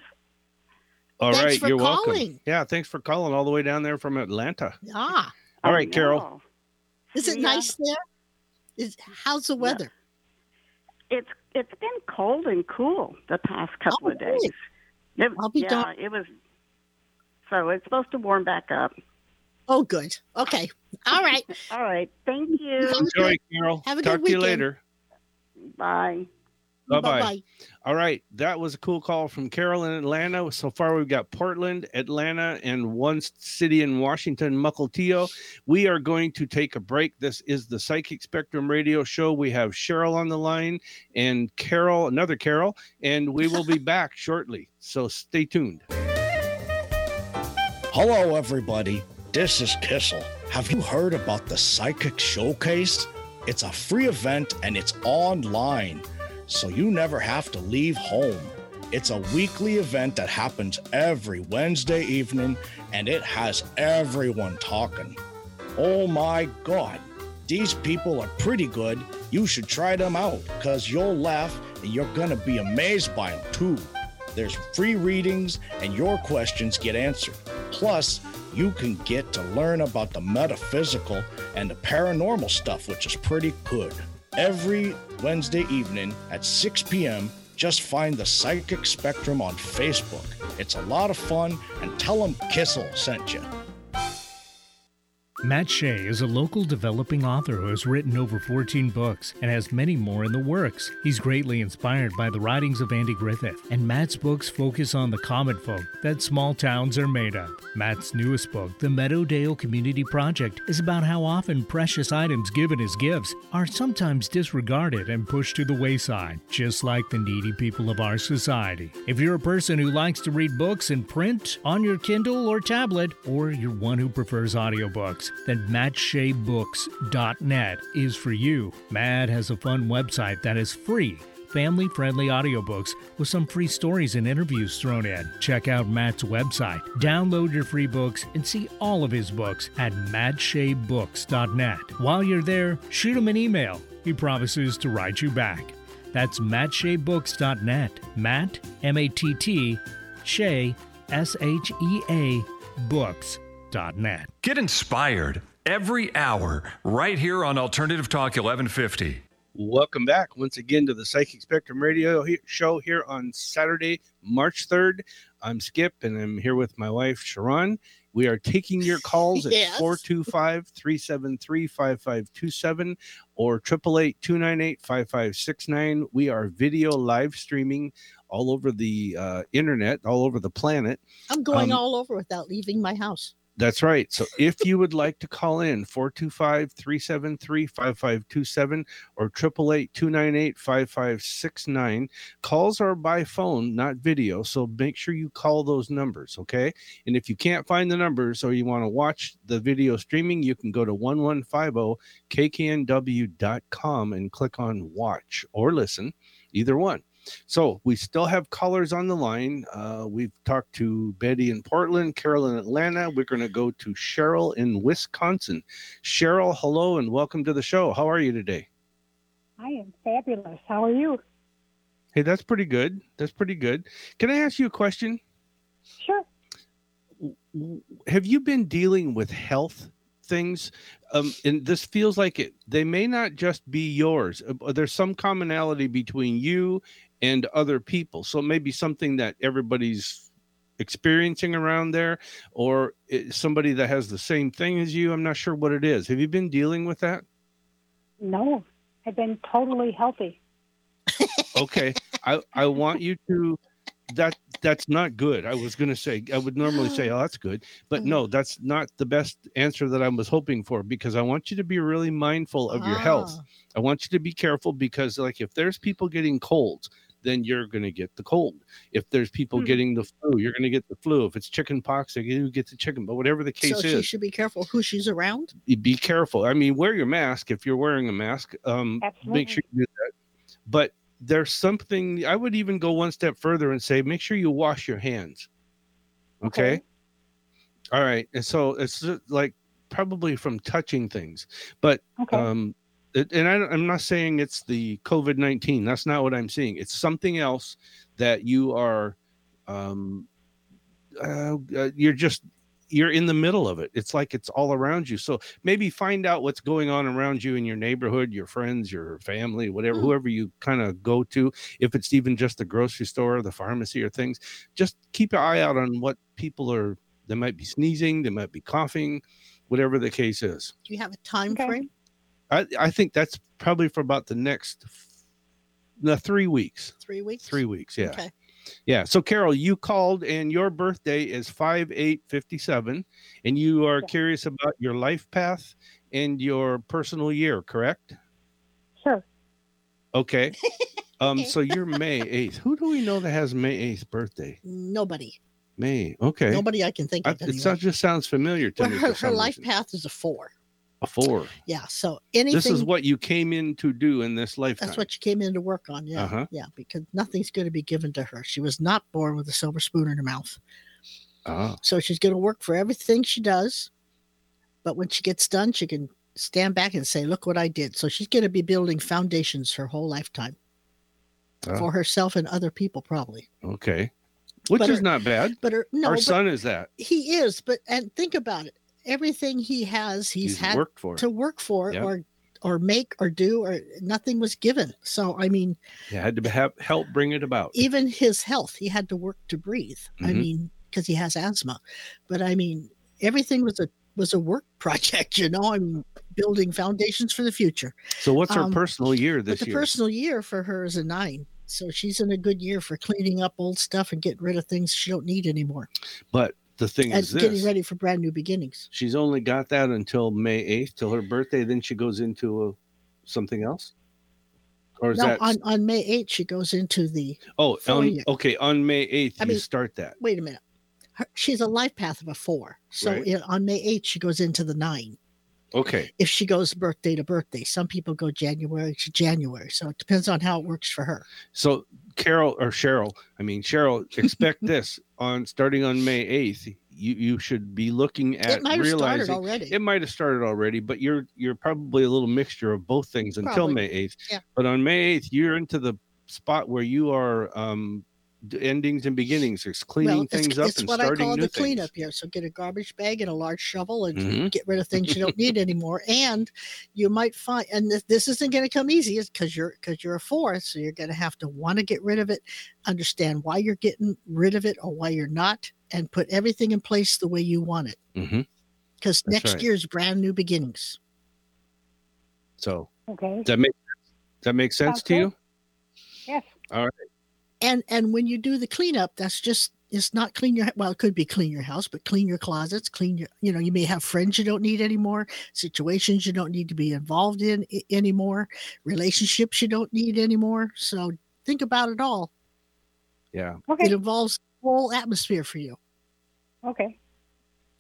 [SPEAKER 1] All
[SPEAKER 2] Thanks
[SPEAKER 1] right,
[SPEAKER 2] for
[SPEAKER 1] you're
[SPEAKER 2] calling.
[SPEAKER 1] welcome. Yeah, thanks for calling all the way down there from Atlanta.
[SPEAKER 2] Ah,
[SPEAKER 1] All right, Carol.
[SPEAKER 8] Oh,
[SPEAKER 2] is it
[SPEAKER 8] Yeah.
[SPEAKER 2] nice there? Is how's the weather?
[SPEAKER 8] It's it's been cold and cool the past couple
[SPEAKER 2] Oh,
[SPEAKER 8] of days. It-
[SPEAKER 2] I'll be
[SPEAKER 8] yeah,
[SPEAKER 2] darned.
[SPEAKER 8] it was. So it's supposed to warm back up.
[SPEAKER 2] Oh, good. Okay. All right.
[SPEAKER 8] All right. Thank you.
[SPEAKER 1] Enjoy, Carol.
[SPEAKER 2] Have a
[SPEAKER 1] Talk
[SPEAKER 2] good
[SPEAKER 1] to you
[SPEAKER 2] weekend.
[SPEAKER 1] later.
[SPEAKER 8] Bye.
[SPEAKER 1] Bye bye.
[SPEAKER 2] Bye-bye.
[SPEAKER 1] All right. That was a cool call from Carol in Atlanta. So far, we've got Portland, Atlanta, and one city in Washington, Mukilteo. We are going to take a break. This is the Psychic Spectrum Radio Show. We have Cheryl on the line and Carol, another Carol, and we will be back shortly. So stay tuned.
[SPEAKER 5] Hello, everybody. This is Kissel. Have you heard about the Psychic Showcase? It's a free event and it's online, so you never have to leave home. It's a weekly event that happens every Wednesday evening and it has everyone talking. Oh my God, these people are pretty good. You should try them out because you'll laugh and you're going to be amazed by them too. There's free readings and your questions get answered. Plus, you can get to learn about the metaphysical and the paranormal stuff, which is pretty good. Every Wednesday evening at 6 p.m., just find the Psychic Spectrum on Facebook. It's a lot of fun and tell them Kissel sent you.
[SPEAKER 4] Matt Shea is a local developing author who has written over 14 books and has many more in the works. He's greatly inspired by the writings of Andy Griffith, and Matt's books focus on the common folk that small towns are made of. Matt's newest book, The Meadowdale Community Project, is about how often precious items given as gifts are sometimes disregarded and pushed to the wayside, just like the needy people of our society. If you're a person who likes to read books in print, on your Kindle or tablet, or you're one who prefers audiobooks, then MattShayBooks.net is for you. Matt has a fun website that is free. Family friendly audiobooks with some free stories and interviews thrown in. Check out Matt's website, download your free books, and see all of his books at MattShayBooks.net. While you're there, shoot him an email. He promises to write you back. That's MattShayBooks.net. Matt, M A T T, Shea, S H E A, books.net.
[SPEAKER 6] Get inspired every hour right here on Alternative Talk 1150.
[SPEAKER 1] Welcome back once again to the Psychic Spectrum Radio he- Show here on Saturday, March 3rd. I'm Skip and I'm here with my wife, Sharon. We are taking your calls
[SPEAKER 2] Yes.
[SPEAKER 1] at 425 373 5527 or 888 298 5569. We are video live streaming all over the uh, internet, all over the planet.
[SPEAKER 2] I'm going
[SPEAKER 1] Um,
[SPEAKER 2] all over without leaving my house.
[SPEAKER 1] That's right. So if you would like to call in 425 373 5527 or 888 298 5569, calls are by phone, not video. So make sure you call those numbers. Okay. And if you can't find the numbers or you want to watch the video streaming, you can go to 1150kknw.com and click on watch or listen, either one. So we still have callers on the line. Uh, we've talked to Betty in Portland, Carol in Atlanta. We're going to go to Cheryl in Wisconsin. Cheryl, hello and welcome to the show. How are you today?
[SPEAKER 9] I am fabulous. How are you?
[SPEAKER 1] Hey, that's pretty good. That's pretty good. Can I ask you a question?
[SPEAKER 9] Sure.
[SPEAKER 1] Have you been dealing with health things um, and this feels like it they may not just be yours Uh, there's some commonality between you and other people so maybe something that everybody's experiencing around there or eh, somebody that has the same thing as you i'm not sure what it is have you been dealing with that
[SPEAKER 9] no i've been totally healthy
[SPEAKER 1] okay i i want you to that that's not good. I was going to say I would normally say, "Oh, that's good," but no,
[SPEAKER 2] Mm-hmm.
[SPEAKER 1] that's not the best answer that I was hoping for because I want you to be really mindful of your
[SPEAKER 10] Ah.
[SPEAKER 1] health. I want you to be careful because, like, if there's people getting colds, then you're going to get the cold. If there's people
[SPEAKER 2] Hmm.
[SPEAKER 1] getting the flu, you're going to get the flu. If it's chicken pox, you get the chicken. But whatever the case
[SPEAKER 2] so she
[SPEAKER 1] is,
[SPEAKER 2] should be careful who she's around.
[SPEAKER 1] you be careful. I mean, wear your mask if you're wearing a mask. Um,
[SPEAKER 2] Absolutely.
[SPEAKER 1] make sure you do that. But there's something I would even go one step further and say, make sure you wash your hands. Okay. All right. And so it's just like probably from touching things, but um, it, and I, don't- I'm not saying it's the COVID 19. That's not what I'm seeing. It's something else that you are um, uh, uh, you're just you're in the middle of it. It's like it's all around you. So maybe find out what's going on around you in your neighborhood, your friends, your family, whatever, whoever you kind of go to. If it's even just the grocery store, the pharmacy, or things, just keep your eye out on what people are. They might be sneezing, they might be coughing, whatever the case is.
[SPEAKER 2] Do you have a time frame?
[SPEAKER 1] I, I think that's probably for about the next the three weeks.
[SPEAKER 2] Three weeks.
[SPEAKER 1] Three weeks, yeah.
[SPEAKER 2] Okay.
[SPEAKER 1] Yeah. So Carol, you called and your birthday is 5857 and you are curious about your life path and your personal year, correct?
[SPEAKER 9] Sure.
[SPEAKER 1] Okay. um so you're May 8th. Who do we know that has May 8th birthday?
[SPEAKER 2] Nobody.
[SPEAKER 1] May. Okay.
[SPEAKER 2] Nobody I can think
[SPEAKER 1] I-
[SPEAKER 2] of.
[SPEAKER 1] it
[SPEAKER 2] anyway.
[SPEAKER 1] sounds- just sounds familiar to
[SPEAKER 2] Well,
[SPEAKER 1] me.
[SPEAKER 2] her,
[SPEAKER 1] for
[SPEAKER 2] her
[SPEAKER 1] some
[SPEAKER 2] life
[SPEAKER 1] reason.
[SPEAKER 2] path is a four.
[SPEAKER 1] a 4.
[SPEAKER 2] Yeah. So anything.
[SPEAKER 1] This is what you came in to do in this lifetime.
[SPEAKER 2] That's what she came in to work on. Yeah.
[SPEAKER 1] Uh-huh.
[SPEAKER 2] Yeah. Because nothing's going to be given to her. She was not born with a silver spoon in her mouth.
[SPEAKER 1] Ah.
[SPEAKER 2] So she's going to work for everything she does. But when she gets done, she can stand back and say, look what I did. So she's going to be building foundations her whole lifetime
[SPEAKER 1] Ah.
[SPEAKER 2] for herself and other people, probably.
[SPEAKER 1] Okay. Which
[SPEAKER 2] But
[SPEAKER 1] is
[SPEAKER 2] her-
[SPEAKER 1] not bad.
[SPEAKER 2] but her- no,
[SPEAKER 1] Our
[SPEAKER 2] but-
[SPEAKER 1] son is that.
[SPEAKER 2] He is. But, and think about it everything he has, he's,
[SPEAKER 1] He's
[SPEAKER 2] had
[SPEAKER 1] worked for.
[SPEAKER 2] to work for
[SPEAKER 1] Yep.
[SPEAKER 2] or or make or do or nothing was given. So I mean,
[SPEAKER 1] Yeah, had to have, help bring it about.
[SPEAKER 2] even his health he had to work to breathe i
[SPEAKER 1] Mhm.
[SPEAKER 2] mean because he has asthma but i mean everything was a was a work project you know i'm building foundations for the future
[SPEAKER 1] So what's her
[SPEAKER 2] Um,
[SPEAKER 1] personal year
[SPEAKER 2] but
[SPEAKER 1] this
[SPEAKER 2] the
[SPEAKER 1] year?
[SPEAKER 2] personal year for her is a nine so she's in a good year for cleaning up old stuff and getting rid of things she don't need anymore
[SPEAKER 1] but the thing
[SPEAKER 2] and
[SPEAKER 1] is
[SPEAKER 2] getting
[SPEAKER 1] this.
[SPEAKER 2] ready for brand new beginnings
[SPEAKER 1] She's only got that until May 8th, till her birthday. Then she goes into a, something else? Or is
[SPEAKER 2] no
[SPEAKER 1] that.
[SPEAKER 2] on, on may 8th she goes into the
[SPEAKER 1] oh,
[SPEAKER 2] full
[SPEAKER 1] on-
[SPEAKER 2] year.
[SPEAKER 1] okay. On May 8th,
[SPEAKER 2] I
[SPEAKER 1] you
[SPEAKER 2] mean-
[SPEAKER 1] start that.
[SPEAKER 2] wait a minute her, she's a life path of a four so
[SPEAKER 1] Right.
[SPEAKER 2] in, on may 8th she goes into the nine
[SPEAKER 1] Okay.
[SPEAKER 2] if she goes birthday to birthday. Some people go January to January. So it depends on how it works for her.
[SPEAKER 1] So Carol or Cheryl, I mean, Cheryl, expect this on starting on May 8th. You, you should be looking at
[SPEAKER 2] might have started
[SPEAKER 1] realizing
[SPEAKER 2] already.
[SPEAKER 1] it might have started already, but you're you're probably a little mixture of both things until
[SPEAKER 2] Probably.
[SPEAKER 1] May 8th.
[SPEAKER 2] Yeah.
[SPEAKER 1] But on May 8th, you're into the spot where you are um d- endings and beginnings. It's cleaning
[SPEAKER 2] it's,
[SPEAKER 1] things up
[SPEAKER 2] it's
[SPEAKER 1] and
[SPEAKER 2] what I
[SPEAKER 1] starting
[SPEAKER 2] call
[SPEAKER 1] new
[SPEAKER 2] the
[SPEAKER 1] things.
[SPEAKER 2] cleanup year. So get a garbage bag and a large shovel and
[SPEAKER 1] Mhm.
[SPEAKER 2] get rid of things you don't need anymore. And you might find, and this, this isn't going to come easy, is because you're because you're a four, so you're going to have to want to get rid of it, understand why you're getting rid of it or why you're not, and put everything in place the way you want it.
[SPEAKER 1] Mm-hmm.
[SPEAKER 2] Because
[SPEAKER 1] That's
[SPEAKER 2] next
[SPEAKER 1] right.
[SPEAKER 2] year's brand new beginnings.
[SPEAKER 1] So
[SPEAKER 9] Okay.
[SPEAKER 1] does that makes that makes sense to you?
[SPEAKER 9] Yes.
[SPEAKER 1] All right.
[SPEAKER 2] and and when you do the cleanup that's just is not clean your well it could be clean your house but clean your closets clean your you know you may have friends you don't need anymore situations you don't need to be involved in i- anymore relationships you don't need anymore so think about it all
[SPEAKER 1] Yeah.
[SPEAKER 2] it involves the whole atmosphere for you
[SPEAKER 9] okay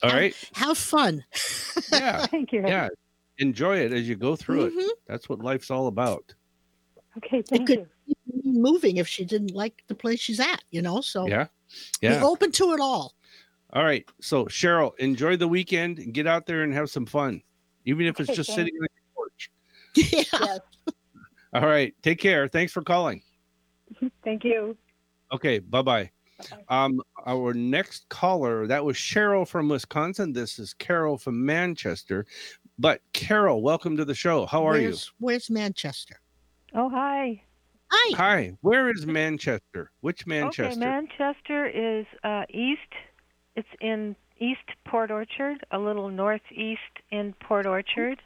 [SPEAKER 1] All right.
[SPEAKER 2] have fun
[SPEAKER 1] Yeah.
[SPEAKER 9] Thank you.
[SPEAKER 1] Yeah. Enjoy it as you go through
[SPEAKER 2] Mm-hmm.
[SPEAKER 1] it. That's what life's all about.
[SPEAKER 9] Okay,
[SPEAKER 2] thank it could you. Be moving if she didn't like the place she's at, you know. So
[SPEAKER 1] Yeah.
[SPEAKER 2] be
[SPEAKER 1] Yeah.
[SPEAKER 2] open to it all.
[SPEAKER 1] All right. So, Cheryl, enjoy the weekend and get out there and have some fun, even if it's
[SPEAKER 2] Okay,
[SPEAKER 1] just
[SPEAKER 2] thank
[SPEAKER 1] sitting.
[SPEAKER 2] you.
[SPEAKER 1] on your porch. All right. Take care. Thanks for calling.
[SPEAKER 9] Thank you.
[SPEAKER 1] Okay. Bye bye. Um, our next caller, that was Cheryl from Wisconsin. This is Carol from Manchester. But, Carol, welcome to the show. How are you?
[SPEAKER 2] where's, Where's Manchester?
[SPEAKER 10] Oh, hi.
[SPEAKER 2] Hi.
[SPEAKER 1] Hi. Where is Manchester? Which Manchester?
[SPEAKER 10] Okay, Manchester is uh, east. It's in East Port Orchard, a little northeast in Port Orchard.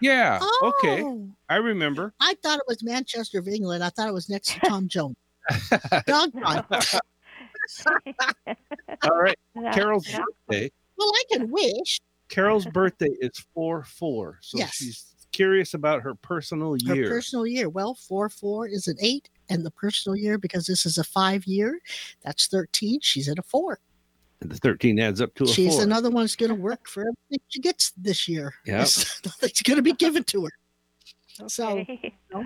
[SPEAKER 1] Yeah. Okay.
[SPEAKER 2] Oh.
[SPEAKER 1] I remember.
[SPEAKER 2] I thought it was Manchester of England. I thought it was next to Tom Jones. Doggone.
[SPEAKER 1] All right.
[SPEAKER 2] No,
[SPEAKER 1] Carol's
[SPEAKER 2] no.
[SPEAKER 1] birthday.
[SPEAKER 2] well, I can wish.
[SPEAKER 1] Carol's birthday is 4 4. So
[SPEAKER 2] Yes.
[SPEAKER 1] she's curious about her personal
[SPEAKER 2] Her
[SPEAKER 1] year.
[SPEAKER 2] personal year. Well, four four is an eight, and the personal year because this is a five year. That's thirteen. She's at a four.
[SPEAKER 1] the 13 adds up to a
[SPEAKER 2] She's
[SPEAKER 1] 4.
[SPEAKER 2] another one that's going to work for everything she gets this year.
[SPEAKER 1] Yeah.
[SPEAKER 2] It's going to be given to her. So, you know,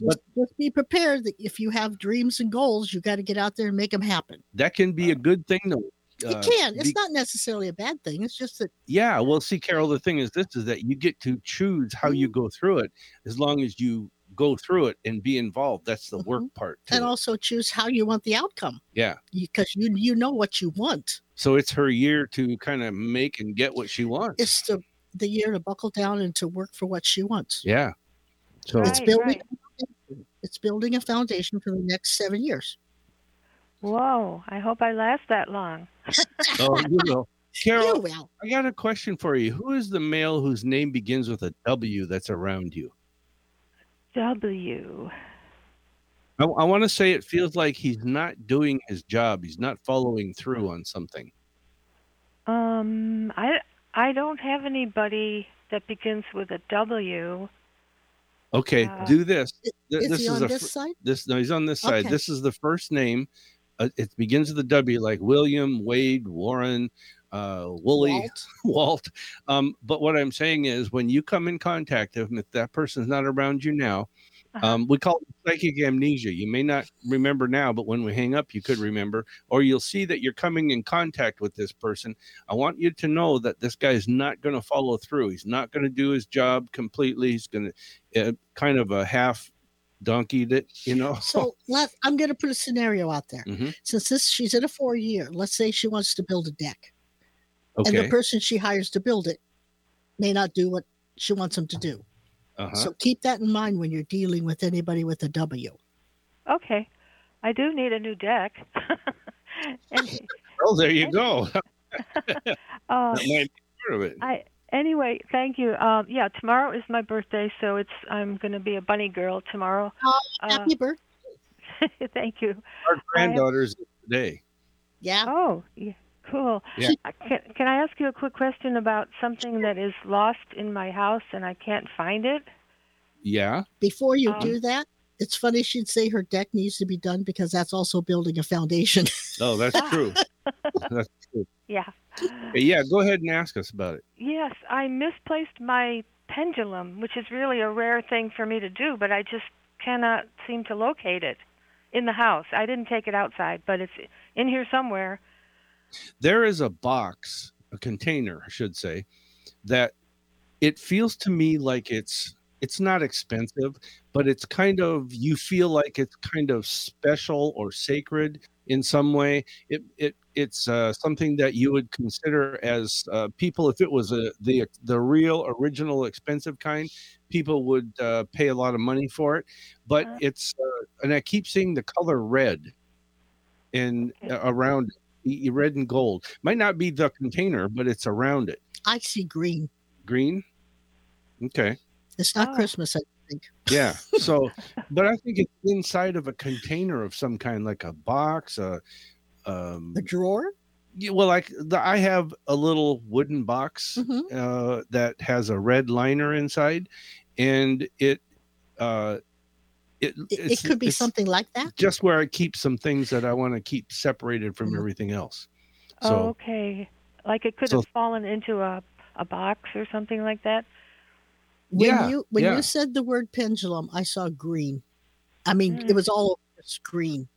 [SPEAKER 2] just, just be prepared that if you have dreams and goals, you got to get out there and make them happen.
[SPEAKER 1] that can be a good thing, though.
[SPEAKER 2] It
[SPEAKER 1] Uh,
[SPEAKER 2] can. It's
[SPEAKER 1] be-
[SPEAKER 2] not necessarily a bad thing. It's just that
[SPEAKER 1] Yeah, well, see, Carol, the thing is, this is that you get to choose how
[SPEAKER 2] Mm-hmm.
[SPEAKER 1] you go through it, as long as you go through it and be involved. That's the work
[SPEAKER 2] Mm-hmm.
[SPEAKER 1] part. to
[SPEAKER 2] and
[SPEAKER 1] it.
[SPEAKER 2] also choose how you want the outcome
[SPEAKER 1] Yeah.
[SPEAKER 2] because you you know what you want.
[SPEAKER 1] So it's her year to kind of make and get what she wants.
[SPEAKER 2] It's the the year to buckle down and to work for what she wants.
[SPEAKER 1] yeah. So
[SPEAKER 2] It's building. It's building a foundation for the next seven years.
[SPEAKER 10] Whoa, I hope I last that long.
[SPEAKER 1] Oh, you will. Carol,
[SPEAKER 2] will.
[SPEAKER 1] I got a question for you. Who is the male whose name begins with a W that's around you?
[SPEAKER 10] W.
[SPEAKER 1] I, I want to say it feels like he's not doing his job. He's not following through on something.
[SPEAKER 10] Um, I I don't have anybody that begins with a W.
[SPEAKER 1] Okay,
[SPEAKER 10] Uh,
[SPEAKER 1] do this. Th-
[SPEAKER 10] is
[SPEAKER 1] this
[SPEAKER 10] he
[SPEAKER 1] is
[SPEAKER 10] on
[SPEAKER 1] a
[SPEAKER 10] this
[SPEAKER 1] fir-
[SPEAKER 10] side?
[SPEAKER 1] This no, he's on this side.
[SPEAKER 10] Okay.
[SPEAKER 1] This is the first name. Uh, it begins with a W, like William, Wade, Warren, uh, Wooly, Walt. Um, but what I'm saying is, when you come in contact with him, if that person's not around you now,
[SPEAKER 10] Uh-huh.
[SPEAKER 1] um, we call it psychic amnesia. You may not remember now, but when we hang up, you could remember, or you'll see that you're coming in contact with this person. I want you to know that this guy is not going to follow through. He's not going to do his job completely. He's going to uh, kind of a half donkeyed it, you know.
[SPEAKER 2] So let I'm going to put a scenario out there.
[SPEAKER 1] Mhm.
[SPEAKER 2] Since this she's in a four year, let's say she wants to build a deck, and
[SPEAKER 1] okay.
[SPEAKER 2] the person she hires to build it may not do what she wants them to do.
[SPEAKER 1] uh-huh.
[SPEAKER 2] So keep that in mind when you're dealing with anybody with a W.
[SPEAKER 10] Okay, I do need a new deck. and,
[SPEAKER 1] well, there you go. that
[SPEAKER 10] um,
[SPEAKER 1] might be part of it.
[SPEAKER 10] I anyway, thank you. Um, yeah, tomorrow is my birthday, so it's I'm going to be a bunny girl tomorrow.
[SPEAKER 2] happy
[SPEAKER 10] birthday! thank you.
[SPEAKER 1] Our granddaughter's today.
[SPEAKER 2] Yeah.
[SPEAKER 10] Oh, yeah. Cool.
[SPEAKER 1] Yeah.
[SPEAKER 10] Uh, Can, can I ask you a quick question about something that is lost in my house and I can't find it?
[SPEAKER 1] Yeah.
[SPEAKER 2] Before you
[SPEAKER 10] Um,
[SPEAKER 2] do that, it's funny she'd say her deck needs to be done because that's also building a foundation.
[SPEAKER 1] Oh, that's true. that's true.
[SPEAKER 10] Yeah.
[SPEAKER 1] Yeah, go ahead and ask us about it.
[SPEAKER 10] Yes, I misplaced my pendulum, which is really a rare thing for me to do, but I just cannot seem to locate it in the house. I didn't take it outside, but it's in here somewhere.
[SPEAKER 1] there is a box, a container, I should say, that it feels to me like it's it's not expensive, but it's kind of you feel like it's kind of special or sacred in some way. It it it's uh, something that you would consider as uh, people if it was a, the the real original expensive kind, people would uh, pay a lot of money for it. But it's uh, and I keep seeing the color red and uh, around y- y- red and gold. Might not be the container, but it's around it.
[SPEAKER 2] I see green.
[SPEAKER 1] Green. Okay.
[SPEAKER 2] It's
[SPEAKER 10] Ah.
[SPEAKER 2] not Christmas, I think.
[SPEAKER 1] Yeah. So, but I think it's inside of a container of some kind, like a box, a um
[SPEAKER 2] the drawer
[SPEAKER 1] yeah, well like the, i have a little wooden box
[SPEAKER 2] Mm-hmm.
[SPEAKER 1] uh, that has a red liner inside and it uh it,
[SPEAKER 2] it,
[SPEAKER 1] it's-
[SPEAKER 2] it could be
[SPEAKER 1] it's
[SPEAKER 2] something like that
[SPEAKER 1] just where i keep some things that i want to keep separated from everything else so
[SPEAKER 10] oh, okay. Like it could
[SPEAKER 1] So-
[SPEAKER 10] have fallen into a a box or something like that.
[SPEAKER 2] when
[SPEAKER 10] Yeah,
[SPEAKER 2] you when
[SPEAKER 10] yeah.
[SPEAKER 2] you said the word pendulum i saw green i mean it
[SPEAKER 10] Mm.
[SPEAKER 2] was all over the screen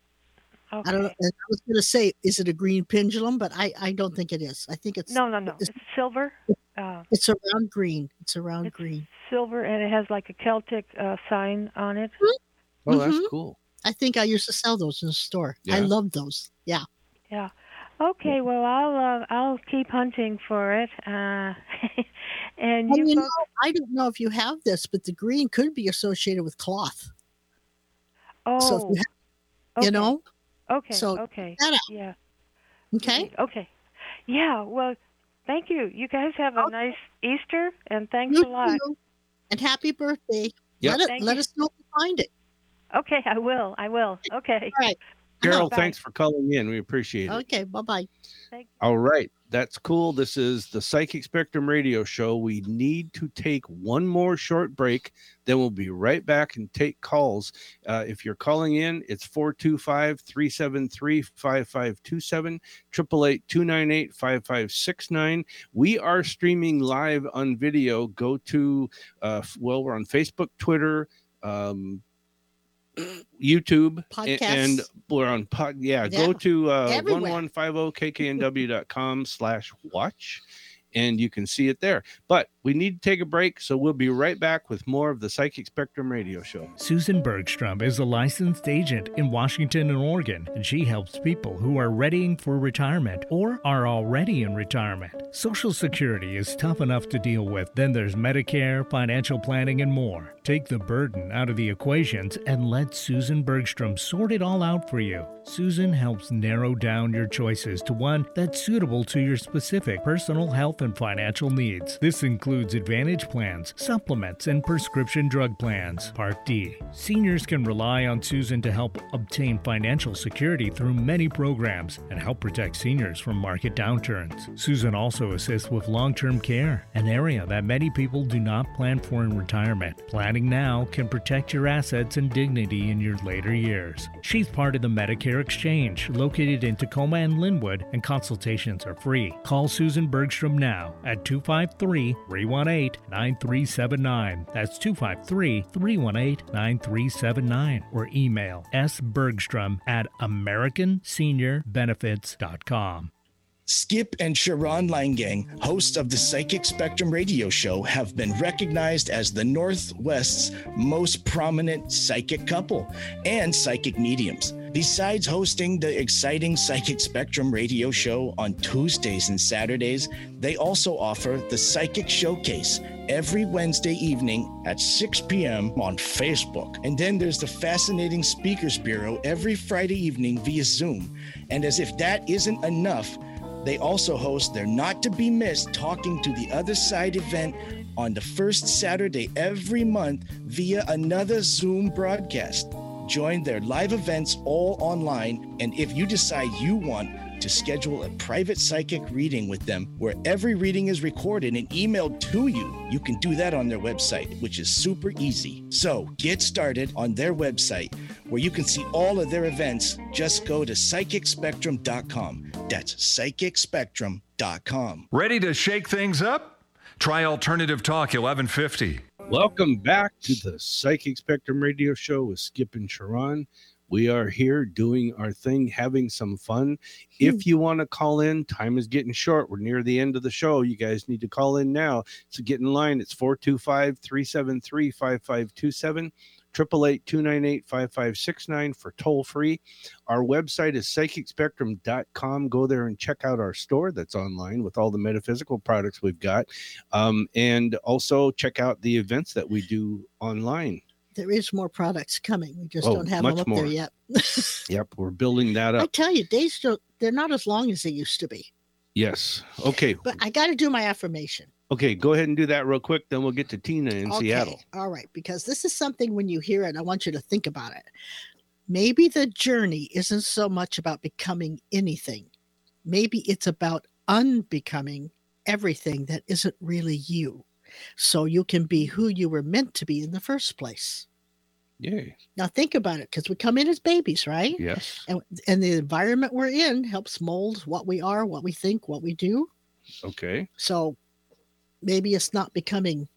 [SPEAKER 10] okay.
[SPEAKER 2] i don't know i was going to say is it a green pendulum but i i don't think it is i think it's
[SPEAKER 10] No, no, no. It's silver. Uh,
[SPEAKER 2] it's around green it's around green
[SPEAKER 10] silver, and it has like a Celtic uh, sign on it.
[SPEAKER 1] oh that's
[SPEAKER 2] Mhm.
[SPEAKER 1] cool
[SPEAKER 2] i think i used to sell those in the store i
[SPEAKER 10] Yeah.
[SPEAKER 2] love those yeah
[SPEAKER 10] Yeah. Okay. Well, I'll uh, I'll keep hunting for it. Uh, and
[SPEAKER 2] I,
[SPEAKER 10] you
[SPEAKER 2] mean,
[SPEAKER 10] folks,
[SPEAKER 2] I don't know if you have this but the green could be associated with cloth
[SPEAKER 10] oh,
[SPEAKER 2] so if you, have, you know
[SPEAKER 10] okay,
[SPEAKER 2] so
[SPEAKER 10] okay,
[SPEAKER 2] that out.
[SPEAKER 10] yeah,
[SPEAKER 2] okay
[SPEAKER 10] okay, yeah. Well, thank you. You guys have a nice Easter, and thanks
[SPEAKER 2] You
[SPEAKER 10] a lot.
[SPEAKER 2] too. and happy birthday
[SPEAKER 1] Yep.
[SPEAKER 2] let, it,
[SPEAKER 10] Thank
[SPEAKER 2] let us
[SPEAKER 10] you.
[SPEAKER 2] know if you find it
[SPEAKER 10] Okay, I will. I will. Okay.
[SPEAKER 2] All right.
[SPEAKER 1] carol thanks for calling in we appreciate it
[SPEAKER 2] okay bye-bye
[SPEAKER 1] All right. That's cool. This is the Psychic Spectrum Radio Show. We need to take one more short break. Then we'll be right back and take calls. Uh, if you're calling in, it's 425 373 5527, 888 298 5569. We are streaming live on video. Go to, uh, f- well, we're on Facebook, Twitter, um, YouTube, a-
[SPEAKER 2] Podcasts.
[SPEAKER 1] and we're on pod. Yeah, go
[SPEAKER 2] Yeah.
[SPEAKER 1] to uh,
[SPEAKER 2] Everywhere.
[SPEAKER 1] 1150kknw.com slash watch and you can see it there. But we need to take a break, so we'll be right back with more of the Psychic Spectrum Radio Show.
[SPEAKER 4] Susan Bergstrom is a licensed agent in Washington and Oregon, and she helps people who are readying for retirement or are already in retirement. Social Security is tough enough to deal with, then there's Medicare, financial planning, and more. Take the burden out of the equations and let Susan Bergstrom sort it all out for you. Susan helps narrow down your choices to one that's suitable to your specific personal health and financial needs. This includes advantage plans, supplements, and prescription drug plans. Part D. Seniors can rely on Susan to help obtain financial security through many programs and help protect seniors from market downturns. Susan also assists with long term care, an area that many people do not plan for in retirement. Planning now can protect your assets and dignity in your later years. She's part of the Medicare Exchange, located in Tacoma and Linwood, and consultations are free. Call Susan Bergstrom now at 253 318 9379. That's 253 318 9379. Or email sbergstrom at americanseniorbenefits.com.
[SPEAKER 5] Skip and Sharon Langang, hosts of the Psychic Spectrum radio show, have been recognized as the Northwest's most prominent psychic couple and psychic mediums. Besides hosting the exciting Psychic Spectrum radio show on Tuesdays and Saturdays, they also offer the Psychic Showcase every Wednesday evening at 6 p.m. on Facebook. And then there's the Fascinating Speakers Bureau every Friday evening via Zoom. And as if that isn't enough, they also host their not to be missed Talking to the Other Side event on the first Saturday every month via another Zoom broadcast. Join their live events all online, and if you decide you want to schedule a private psychic reading with them where every reading is recorded and emailed to you, you can do that on their website, which is super easy. So get started on their website where you can see all of their events. Just go to psychicspectrum.com. That's psychicspectrum.com.
[SPEAKER 6] Ready to shake things up? Try Alternative Talk 1150.
[SPEAKER 1] Welcome back to the Psychic Spectrum Radio Show with Skip and Sharon. We are here doing our thing, having some fun.
[SPEAKER 2] Hmm.
[SPEAKER 1] If you want to call in, time is getting short. We're near the end of the show. You guys need to call in now. So get in line. It's 425 373 5527. 888-298-5569 for toll free. Our website is psychicspectrum.com. Go there and check out our store that's online with all the metaphysical products we've got. Um, and also check out the events that we do online.
[SPEAKER 2] there is more products coming we just
[SPEAKER 1] Oh,
[SPEAKER 2] don't have
[SPEAKER 1] much
[SPEAKER 2] them up
[SPEAKER 1] more.
[SPEAKER 2] there yet
[SPEAKER 1] Yep, we're building that
[SPEAKER 2] i
[SPEAKER 1] up.
[SPEAKER 2] tell you days don't they're not as long as they used to be
[SPEAKER 1] Yes. Okay.
[SPEAKER 2] but i got to do my affirmation
[SPEAKER 1] Okay, go ahead and do that real quick. Then we'll get to Tina in Seattle.
[SPEAKER 2] All right, because this is something when you hear it, I want you to think about it. Maybe the journey isn't so much about becoming anything. Maybe it's about unbecoming everything that isn't really you, so you can be who you were meant to be in the first place.
[SPEAKER 1] Yay.
[SPEAKER 2] Now think about it, because we come in as babies, right?
[SPEAKER 1] Yes.
[SPEAKER 2] And, and the environment we're in helps mold what we are, what we think, what we do.
[SPEAKER 1] Okay.
[SPEAKER 2] So maybe it's not becoming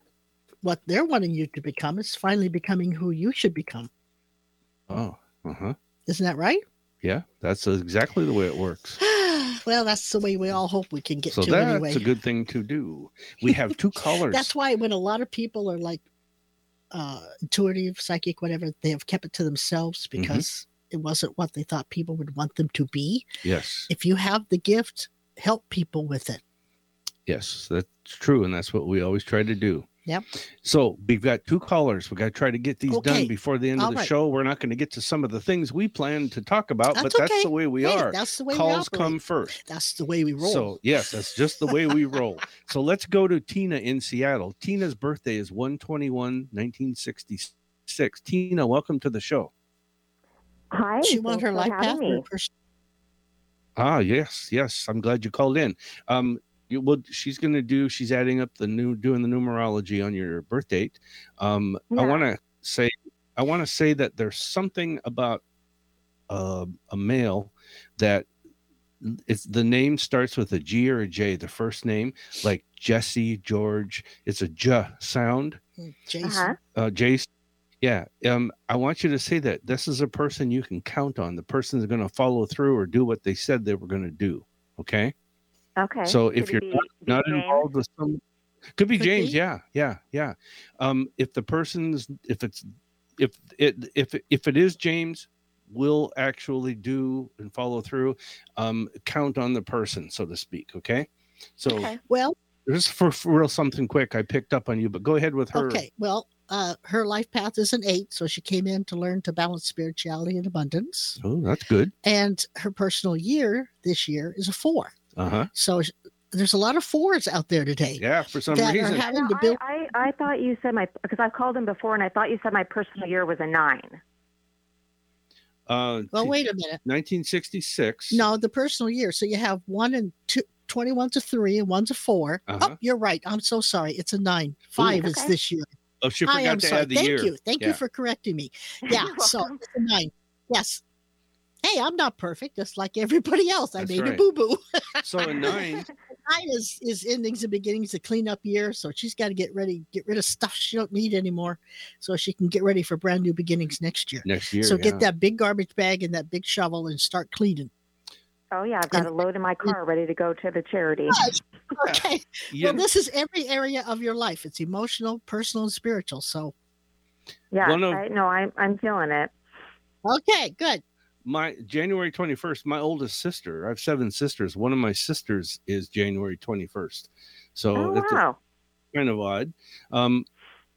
[SPEAKER 2] what they're wanting you to become. It's finally becoming who you should become.
[SPEAKER 1] Oh, uh huh.
[SPEAKER 2] Isn't that right?
[SPEAKER 1] Yeah, that's exactly the way it works.
[SPEAKER 2] well, that's the way we all hope we can get
[SPEAKER 1] So
[SPEAKER 2] to
[SPEAKER 1] that's
[SPEAKER 2] anyway.
[SPEAKER 1] a good thing to do. We have two colors.
[SPEAKER 2] That's why when a lot of people are like uh, intuitive, psychic, whatever, they have kept it to themselves
[SPEAKER 1] Mm-hmm.
[SPEAKER 2] because it wasn't what they thought people would want them to be.
[SPEAKER 1] yes.
[SPEAKER 2] If you have the gift, help people with it.
[SPEAKER 1] Yes, that's true, and that's what we always try to do.
[SPEAKER 2] Yep.
[SPEAKER 1] So we've got two callers. We got to try to get these
[SPEAKER 2] Okay.
[SPEAKER 1] done before the end
[SPEAKER 2] All
[SPEAKER 1] of the
[SPEAKER 2] right.
[SPEAKER 1] show. We're not going to get to some of the things we planned to talk about,
[SPEAKER 2] That's
[SPEAKER 1] but that's
[SPEAKER 2] okay.
[SPEAKER 1] the way we
[SPEAKER 2] Hey,
[SPEAKER 1] are.
[SPEAKER 2] that's the way we
[SPEAKER 1] calls
[SPEAKER 2] operate.
[SPEAKER 1] come first.
[SPEAKER 2] That's the way we roll.
[SPEAKER 1] So yes, that's just the way we roll. so let's go to Tina in Seattle. Tina's birthday is 121-1966. Tina, welcome to the show.
[SPEAKER 11] Hi.
[SPEAKER 2] She won
[SPEAKER 11] thanks
[SPEAKER 2] her
[SPEAKER 11] for
[SPEAKER 2] life
[SPEAKER 11] having
[SPEAKER 2] path
[SPEAKER 11] me.
[SPEAKER 2] reversed.
[SPEAKER 1] Ah, yes, yes. I'm glad you called in. Um, you, well, she's going to do. She's adding up the new, doing the numerology on your birth date. Um, I want to say, I want to say that there's something about uh, a male that it's the name starts with a G or a J. The first name, like Jesse, George, it's a J sound.
[SPEAKER 2] Mm, Jason.
[SPEAKER 1] Uh, Jason. Yeah. Um, I want you to say that this is a person you can count on. The person is going to follow through or do what they said they were going to do. Okay?
[SPEAKER 11] Okay.
[SPEAKER 1] So
[SPEAKER 11] Could
[SPEAKER 1] if
[SPEAKER 11] it
[SPEAKER 1] you're
[SPEAKER 11] be-
[SPEAKER 1] not,
[SPEAKER 11] be
[SPEAKER 1] not
[SPEAKER 11] James?
[SPEAKER 1] involved with some, could be
[SPEAKER 11] Could
[SPEAKER 1] James.
[SPEAKER 11] be.
[SPEAKER 1] Yeah. Yeah. Yeah. Um, if the person's, if it's, if it, if, if it is James, will actually do and follow through. Um, count on the person, so to speak. Okay. So
[SPEAKER 2] Well,
[SPEAKER 1] just for, for real, something quick I picked up on you, but go ahead with her.
[SPEAKER 2] okay. Well, uh, her life path is an eight, so she came in to learn to balance spirituality and abundance.
[SPEAKER 1] Oh, that's good.
[SPEAKER 2] And her personal year this year is a four.
[SPEAKER 1] Uh huh.
[SPEAKER 2] So sh- there's a lot of fours out there today.
[SPEAKER 1] Yeah, for some
[SPEAKER 2] that
[SPEAKER 1] reason.
[SPEAKER 2] Are having
[SPEAKER 11] No,
[SPEAKER 2] to build.
[SPEAKER 11] I, I, I thought you said my because I've called him before and I thought you said my personal year was a nine.
[SPEAKER 1] Uh,
[SPEAKER 2] Well,
[SPEAKER 1] t-
[SPEAKER 2] wait a minute.
[SPEAKER 1] 1966.
[SPEAKER 2] No, the personal year. So you have one and two. 21's a three and one's a 4
[SPEAKER 1] Uh-huh.
[SPEAKER 2] Oh, you're right. I'm so sorry. It's a nine. Five is
[SPEAKER 11] Okay.
[SPEAKER 2] this year.
[SPEAKER 1] Oh, she
[SPEAKER 2] I
[SPEAKER 1] forgot
[SPEAKER 2] am
[SPEAKER 1] to
[SPEAKER 2] sorry.
[SPEAKER 1] add the
[SPEAKER 2] Thank
[SPEAKER 1] year.
[SPEAKER 2] you. Thank
[SPEAKER 1] Yeah.
[SPEAKER 2] you for correcting me. Yeah.
[SPEAKER 11] You're
[SPEAKER 2] so it's a nine. Yes. Hey, I'm not perfect, just like everybody else. I
[SPEAKER 1] That's
[SPEAKER 2] made a
[SPEAKER 1] right.
[SPEAKER 2] boo boo.
[SPEAKER 1] So a nine.
[SPEAKER 2] Nine is, is endings and beginnings, a cleanup year. So she's got to get ready, get rid of stuff she don't need anymore, so she can get ready for brand new beginnings next year.
[SPEAKER 1] Next year.
[SPEAKER 2] so
[SPEAKER 1] yeah.
[SPEAKER 2] get that big garbage bag and that big shovel and start cleaning.
[SPEAKER 11] Oh yeah, I've got a load in my car ready to go to the charity.
[SPEAKER 2] Yes. Okay.
[SPEAKER 1] Yeah.
[SPEAKER 2] Well, this is every area of your life. It's emotional, personal, and spiritual. So
[SPEAKER 11] Yeah,
[SPEAKER 1] One of-
[SPEAKER 11] I, no, I'm I'm feeling it.
[SPEAKER 2] okay, good.
[SPEAKER 1] my January 21st, my oldest sister, I have seven sisters. One of my sisters is January 21st. So
[SPEAKER 11] Oh,
[SPEAKER 1] that's a-
[SPEAKER 11] wow.
[SPEAKER 1] kind of odd. Um,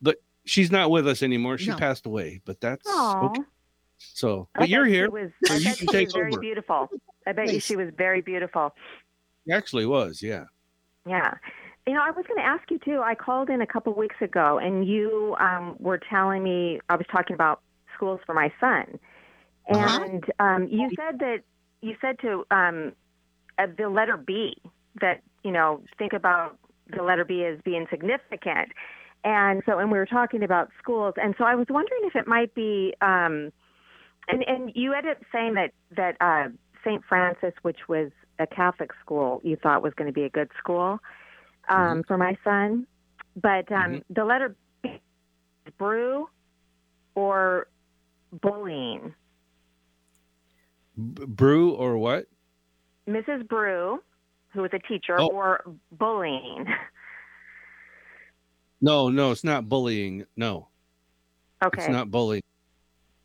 [SPEAKER 1] but she's not with us anymore. She
[SPEAKER 2] No.
[SPEAKER 1] passed away, but that's
[SPEAKER 11] Aw.
[SPEAKER 1] okay. So,
[SPEAKER 11] I
[SPEAKER 1] but you're
[SPEAKER 11] bet she
[SPEAKER 1] here.
[SPEAKER 11] was-
[SPEAKER 1] so
[SPEAKER 11] I
[SPEAKER 1] you
[SPEAKER 11] bet
[SPEAKER 1] can
[SPEAKER 11] she
[SPEAKER 1] take
[SPEAKER 11] was very
[SPEAKER 1] over.
[SPEAKER 11] beautiful. I bet you she was very beautiful.
[SPEAKER 1] She actually was. Yeah.
[SPEAKER 11] Yeah. You know, I was going to ask you too. I called in a couple weeks ago, and you um, were telling me I was talking about schools for my son,
[SPEAKER 1] Uh-huh.
[SPEAKER 11] and um, you said that you said to um, uh, the letter B that you know think about the letter B as being significant, and so and we were talking about schools, and so I was wondering if it might be, um, and and you ended up saying that that uh, St. Francis, which was a Catholic school, you thought was going to be a good school um, for my son, but um, the letter B is brew or bullying.
[SPEAKER 1] B- brew or what?
[SPEAKER 11] Mrs. Brew, who was a teacher,
[SPEAKER 1] Oh.
[SPEAKER 11] or bullying.
[SPEAKER 1] No, no, it's not bullying. No,
[SPEAKER 11] Okay.
[SPEAKER 1] it's not bullying.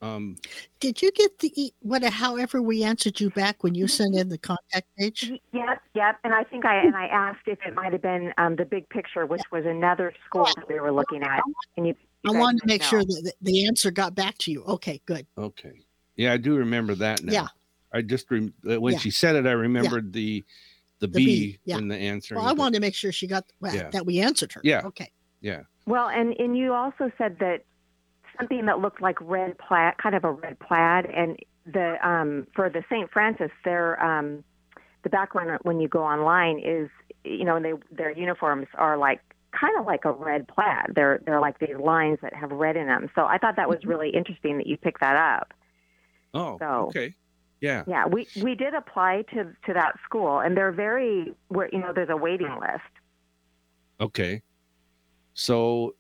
[SPEAKER 1] Um,
[SPEAKER 2] Did you get the e- what? However, we answered you back when you sent in the contact page.
[SPEAKER 11] Yep, yep. And I think I and I asked if it might have been um, the big picture, which was another school that we were looking at. And you, you
[SPEAKER 2] I
[SPEAKER 11] guys
[SPEAKER 2] wanted to
[SPEAKER 11] said
[SPEAKER 2] make
[SPEAKER 11] no.
[SPEAKER 2] sure that that the answer got back to you. Okay, good.
[SPEAKER 1] okay. Yeah, I do remember that now.
[SPEAKER 2] Yeah.
[SPEAKER 1] I just rem- uh, when
[SPEAKER 2] Yeah.
[SPEAKER 1] she said it, I remembered the the,
[SPEAKER 2] The
[SPEAKER 1] B,
[SPEAKER 2] B, yeah.
[SPEAKER 1] in the answer.
[SPEAKER 2] Well, I wanted to make sure she got well,
[SPEAKER 1] Yeah.
[SPEAKER 2] that we answered her.
[SPEAKER 1] Yeah.
[SPEAKER 2] Okay.
[SPEAKER 1] Yeah.
[SPEAKER 11] Well, and and you also said that something that looked like red plaid, kind of a red plaid, and the um, for the St. Francis, their um, the background when you go online is you know they their uniforms are like kind of like a red plaid. They're they're like these lines that have red in them. So I thought that was really interesting that you picked that up.
[SPEAKER 1] Oh,
[SPEAKER 11] So-
[SPEAKER 1] okay. Yeah.
[SPEAKER 11] Yeah, we we did apply to to that school, and they're very we're- you know there's a waiting list.
[SPEAKER 1] Okay. So,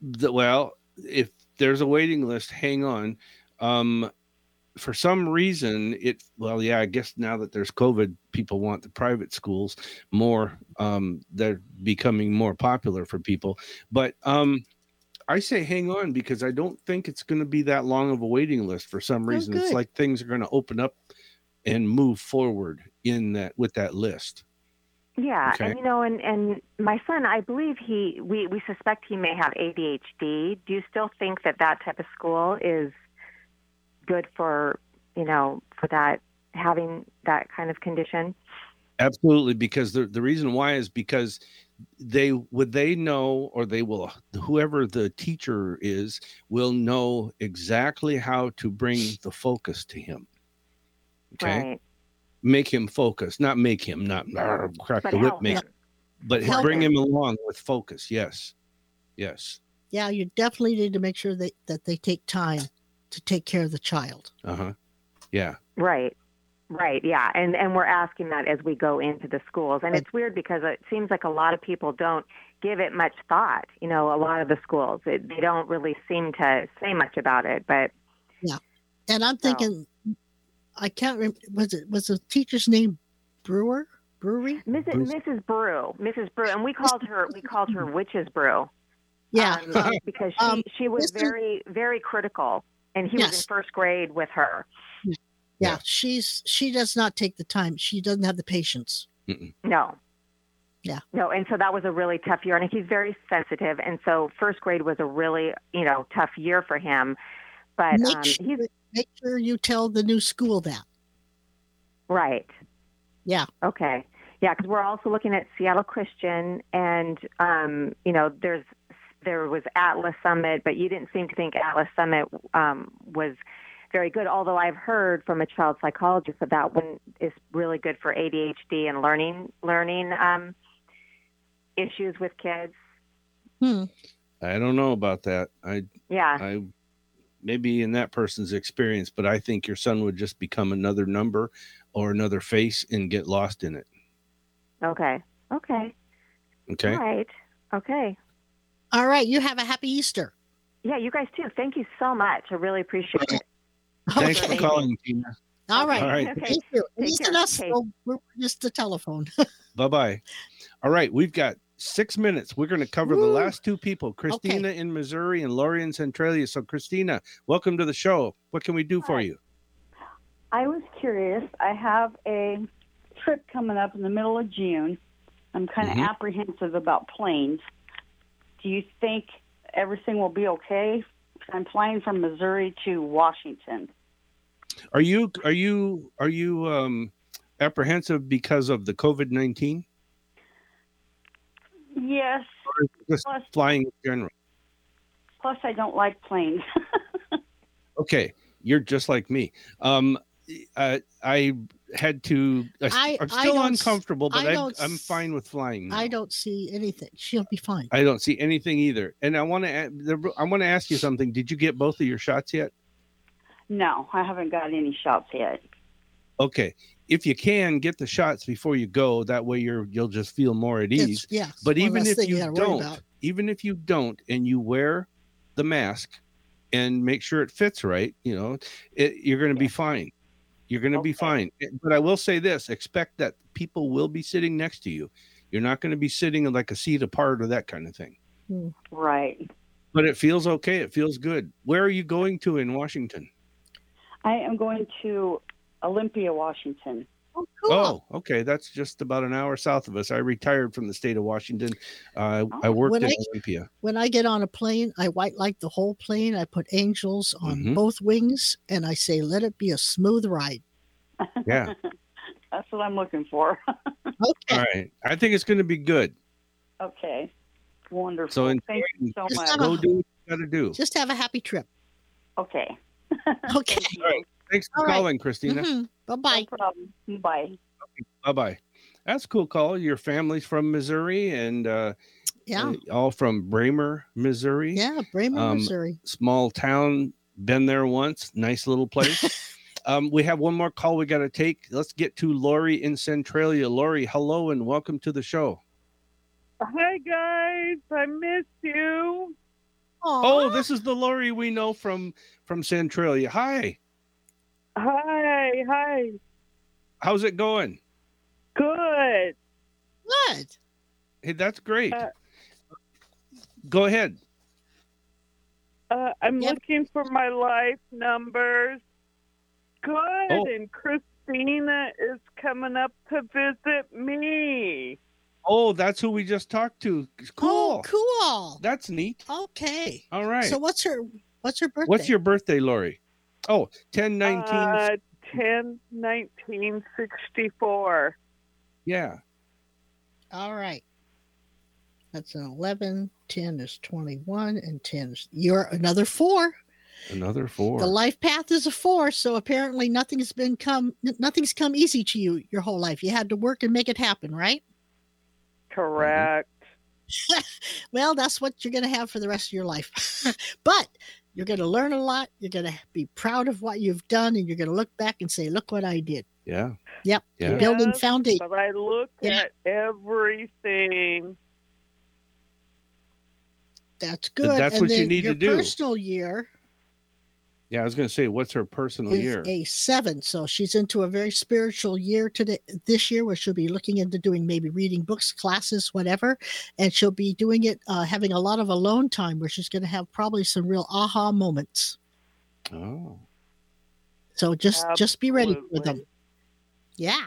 [SPEAKER 1] the, well, if there's a waiting list, hang on. Um, for some reason, it well, yeah, I guess now that there's COVID, people want the private schools more. Um, they're becoming more popular for people, but um, I say hang on because I don't think it's going to be that long of a waiting list. For some reason, it's
[SPEAKER 2] good.
[SPEAKER 1] like things are going to open up and move forward in that with that list.
[SPEAKER 11] Yeah,
[SPEAKER 1] Okay.
[SPEAKER 11] and you know, and and my son, I believe he we we suspect he may have ADHD. Do you still think that that type of school is good for you know for that having that kind of condition?
[SPEAKER 1] Absolutely, because the the reason why is because they would they know or they will whoever the teacher is will know exactly how to bring the focus to him. Okay.
[SPEAKER 11] Right.
[SPEAKER 1] Make him focus, not make him not "Arr, crack
[SPEAKER 2] But
[SPEAKER 1] the whip
[SPEAKER 2] help
[SPEAKER 1] make,
[SPEAKER 2] him.
[SPEAKER 1] but
[SPEAKER 2] Help
[SPEAKER 1] bring
[SPEAKER 2] him.
[SPEAKER 1] him along with focus. Yes. Yes.
[SPEAKER 2] Yeah, you definitely need to make sure that, that they take time to take care of the child.
[SPEAKER 1] Uh-huh. Yeah.
[SPEAKER 11] Right. Right, yeah. And and we're asking that as we go into the schools. And it's weird because it seems like a lot of people don't give it much thought. You know, a lot of the schools, it, they don't really seem to say much about it, but
[SPEAKER 2] Yeah. And I'm thinking, I can't remember, was it was the teacher's name Brewer? Brewery?
[SPEAKER 11] Mrs.
[SPEAKER 2] Bruce-
[SPEAKER 11] Mrs. Brew, Mrs. Brew, and we called her we called her Witch's Brew.
[SPEAKER 2] Yeah.
[SPEAKER 11] um, because she,
[SPEAKER 2] Um,
[SPEAKER 11] she was very very critical, and he was in
[SPEAKER 2] Yes.
[SPEAKER 11] first grade with her.
[SPEAKER 2] Yeah, she's she does not take the time. She doesn't have the patience.
[SPEAKER 11] No,
[SPEAKER 2] Yeah.
[SPEAKER 11] no, and so that was a really tough year, and he's very sensitive, and so first grade was a really you know tough year for him. But
[SPEAKER 2] make,
[SPEAKER 11] um,
[SPEAKER 2] sure, make sure you tell the new school that.
[SPEAKER 11] right,
[SPEAKER 2] Yeah.
[SPEAKER 11] Okay. Yeah, because we're also looking at Seattle Christian, and um, you know, there's there was Atlas Summit, but you didn't seem to think Atlas Summit um, was very good. Although I've heard from a child psychologist that that one is really good for ADHD and learning learning um, issues with kids.
[SPEAKER 1] I don't know about that. I
[SPEAKER 11] Yeah.
[SPEAKER 1] I maybe in that person's experience, but I think your son would just become another number or another face and get lost in it.
[SPEAKER 11] Okay. Okay.
[SPEAKER 1] Okay.
[SPEAKER 11] All right. Okay.
[SPEAKER 2] All right. You have a happy Easter.
[SPEAKER 11] Yeah, you guys too. Thank you so much. I really appreciate it.
[SPEAKER 1] Thanks for calling, Tina.
[SPEAKER 2] All right.
[SPEAKER 1] All right.
[SPEAKER 2] Thank you. It
[SPEAKER 11] Take
[SPEAKER 2] isn't
[SPEAKER 11] care.
[SPEAKER 2] us, though. We're just the telephone.
[SPEAKER 1] Bye bye. All right. We've got six minutes. We're going to cover the
[SPEAKER 2] Woo.
[SPEAKER 1] last two people Christina in Missouri and Lori in Centralia. So, Christina, welcome to the show. What can we do for you?
[SPEAKER 12] I was curious. I have a trip coming up in the middle of June. I'm kind of
[SPEAKER 1] Mhm.
[SPEAKER 12] apprehensive about planes. Do you think everything will be okay? I'm flying from Missouri to Washington.
[SPEAKER 1] Are you, are you, are you, um, apprehensive because of the COVID 19?
[SPEAKER 12] Yes.
[SPEAKER 1] Just
[SPEAKER 12] Plus,
[SPEAKER 1] flying in general.
[SPEAKER 12] plus I don't like planes.
[SPEAKER 1] Okay, you're just like me. Um, uh, I had to. I,
[SPEAKER 2] I-
[SPEAKER 1] am
[SPEAKER 2] I
[SPEAKER 1] still
[SPEAKER 2] don't s-
[SPEAKER 1] uncomfortable, but
[SPEAKER 2] I
[SPEAKER 1] I I,
[SPEAKER 2] don't
[SPEAKER 1] I'm
[SPEAKER 2] s-
[SPEAKER 1] fine with flying. now.
[SPEAKER 2] I don't see anything. She'll be fine.
[SPEAKER 1] I don't see anything either. And I want to. I want to ask you something. Did you get both of your shots yet?
[SPEAKER 12] no, I haven't got any shots yet.
[SPEAKER 1] Okay. If you can get the shots before you go, that way you're you'll just feel more at
[SPEAKER 2] It's-
[SPEAKER 1] ease.
[SPEAKER 2] yeah, it's
[SPEAKER 1] But
[SPEAKER 2] one
[SPEAKER 1] even
[SPEAKER 2] less
[SPEAKER 1] if
[SPEAKER 2] thing you
[SPEAKER 1] you,
[SPEAKER 2] gotta worry
[SPEAKER 1] don't,
[SPEAKER 2] about.
[SPEAKER 1] even if you don't, and you wear the mask and make sure it fits right, you know, it, you're going to be fine. You're going to be fine. Eh, But I will say this: expect that people will be sitting next to you. You're not going to be sitting like a seat apart or that kind of thing.
[SPEAKER 12] Right.
[SPEAKER 1] But it feels okay. It feels good. Where are you going to in Washington?
[SPEAKER 12] I am going to Olympia, Washington.
[SPEAKER 1] Oh, okay. That's just about an hour south of us. I retired from the state of Washington. Uh,
[SPEAKER 12] Oh,
[SPEAKER 1] I worked
[SPEAKER 2] When
[SPEAKER 1] in
[SPEAKER 2] I-
[SPEAKER 1] Olympia.
[SPEAKER 2] When I get on a plane, I white light the whole plane. I put angels on
[SPEAKER 1] Mhm.
[SPEAKER 2] both wings and I say, let it be a smooth ride.
[SPEAKER 1] Yeah.
[SPEAKER 12] That's what I'm looking for.
[SPEAKER 1] All right. I think it's going to be good.
[SPEAKER 12] okay. Wonderful.
[SPEAKER 1] So
[SPEAKER 12] Thank you so
[SPEAKER 1] enjoy.
[SPEAKER 12] much.
[SPEAKER 1] go do what you got to do.
[SPEAKER 2] Just have a happy trip.
[SPEAKER 12] Okay.
[SPEAKER 2] okay.
[SPEAKER 1] Thanks for
[SPEAKER 2] All right. Mm-hmm.
[SPEAKER 1] calling, Christina.
[SPEAKER 12] Mm-hmm.
[SPEAKER 2] Bye bye.
[SPEAKER 12] No problem. Bye.
[SPEAKER 1] Bye bye. That's a cool call. Your family's from Missouri and uh,
[SPEAKER 2] Yeah.
[SPEAKER 1] uh, all from Bramer, Missouri.
[SPEAKER 2] Yeah, Bramer,
[SPEAKER 1] Um,
[SPEAKER 2] Missouri.
[SPEAKER 1] Small town. Been there once. Nice little place. um, we have one more call we got to take. Let's get to Lori in Centralia. Lori, hello and welcome to the show.
[SPEAKER 13] Hi guys, I missed you.
[SPEAKER 1] Oh, this is the Lori we know from from Centralia. Hi,
[SPEAKER 13] Hi, hi.
[SPEAKER 1] how's it going?
[SPEAKER 13] Good.
[SPEAKER 2] Good.
[SPEAKER 1] Hey, that's great.
[SPEAKER 13] Uh,
[SPEAKER 1] Go ahead.
[SPEAKER 13] uh, I'm looking for my life numbers. Good.
[SPEAKER 1] Oh.
[SPEAKER 13] And Christina is coming up to visit me.
[SPEAKER 1] Oh, that's who we just talked to. Cool.
[SPEAKER 2] Oh, cool.
[SPEAKER 1] That's neat.
[SPEAKER 2] Okay.
[SPEAKER 1] All right.
[SPEAKER 2] So what's her what's her birthday?
[SPEAKER 1] What's your birthday, Lori? Oh, 10 19.
[SPEAKER 13] Uh, 10 1964.
[SPEAKER 1] yeah.
[SPEAKER 2] All right. That's an 11. 10 is 21, and 10 is you're another four.
[SPEAKER 1] Another four.
[SPEAKER 2] The life path is a four, so apparently nothing's been come n- nothing's come easy to you your whole life. You had to work and make it happen, right?
[SPEAKER 13] Correct.
[SPEAKER 2] Well, that's what you're going to have for the rest of your life. but you're going to learn a lot. You're going to be proud of what you've done, and you're going to look back and say, "Look what I did."
[SPEAKER 1] Yeah.
[SPEAKER 2] Yep. You're
[SPEAKER 1] Yeah.
[SPEAKER 2] building
[SPEAKER 13] Yes,
[SPEAKER 2] foundation.
[SPEAKER 13] But I look at everything.
[SPEAKER 2] That's
[SPEAKER 1] Th-
[SPEAKER 2] good.
[SPEAKER 1] that's
[SPEAKER 2] and
[SPEAKER 1] what you
[SPEAKER 2] then
[SPEAKER 1] need to
[SPEAKER 2] your
[SPEAKER 1] do.
[SPEAKER 2] Personal year
[SPEAKER 1] Yeah, I was going to say, what's her personal
[SPEAKER 2] is
[SPEAKER 1] year?
[SPEAKER 2] a seven, so she's into a very spiritual year today. This year, where she'll be looking into doing maybe reading books, classes, whatever, and she'll be doing it, uh, having a lot of alone time, where she's going to have probably some real aha moments.
[SPEAKER 1] Oh.
[SPEAKER 2] So just just be ready for them. Yeah.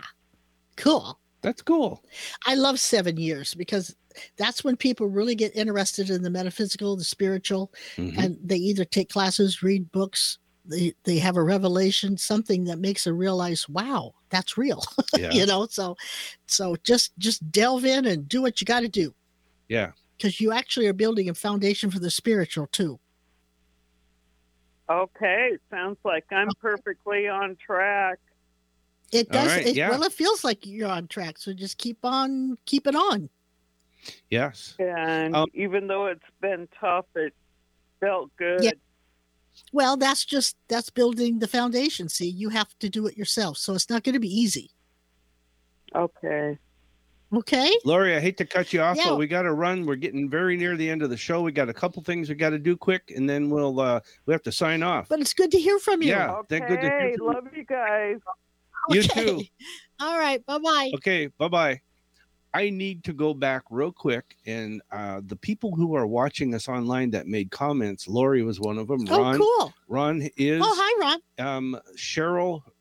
[SPEAKER 2] Cool.
[SPEAKER 1] That's cool.
[SPEAKER 2] I love seven years because that's when people really get interested in the metaphysical, the spiritual,
[SPEAKER 1] Mhm.
[SPEAKER 2] and they either take classes, read books, they, they have a revelation, something that makes them realize, wow, that's real.
[SPEAKER 1] Yeah.
[SPEAKER 2] you know, so so just just delve in and do what you gotta do.
[SPEAKER 1] Yeah.
[SPEAKER 2] Because you actually are building a foundation for the spiritual too.
[SPEAKER 13] Okay, sounds like I'm perfectly on track.
[SPEAKER 2] It
[SPEAKER 1] All
[SPEAKER 2] does
[SPEAKER 1] right,
[SPEAKER 2] it,
[SPEAKER 1] yeah.
[SPEAKER 2] well it feels like you're on track. So just keep on keep it on.
[SPEAKER 1] Yes.
[SPEAKER 13] And
[SPEAKER 1] Um,
[SPEAKER 13] even though it's been tough, it felt good.
[SPEAKER 2] Yeah. Well, that's just that's building the foundation. See, you have to do it yourself, so it's not going to be easy.
[SPEAKER 13] Okay.
[SPEAKER 2] Okay.
[SPEAKER 1] Lori, I hate to cut you off,
[SPEAKER 2] Yeah.
[SPEAKER 1] but we got to run. We're getting very near the end of the show. We got a couple things we got to do quick, and then we'll uh we have to sign off.
[SPEAKER 2] But it's good to hear from you.
[SPEAKER 1] Yeah, that good to hear
[SPEAKER 13] Hey,
[SPEAKER 1] from you.
[SPEAKER 13] love you guys.
[SPEAKER 1] You
[SPEAKER 2] Okay.
[SPEAKER 1] too.
[SPEAKER 2] All right. Bye bye.
[SPEAKER 1] Okay, bye bye. I need to go back real quick, and uh, the people who are watching us online that made comments, Lori was one of them.
[SPEAKER 2] Oh,
[SPEAKER 1] Ron,
[SPEAKER 2] cool.
[SPEAKER 1] Ron is.
[SPEAKER 2] Oh, hi, Ron.
[SPEAKER 1] Um, Cheryl uh,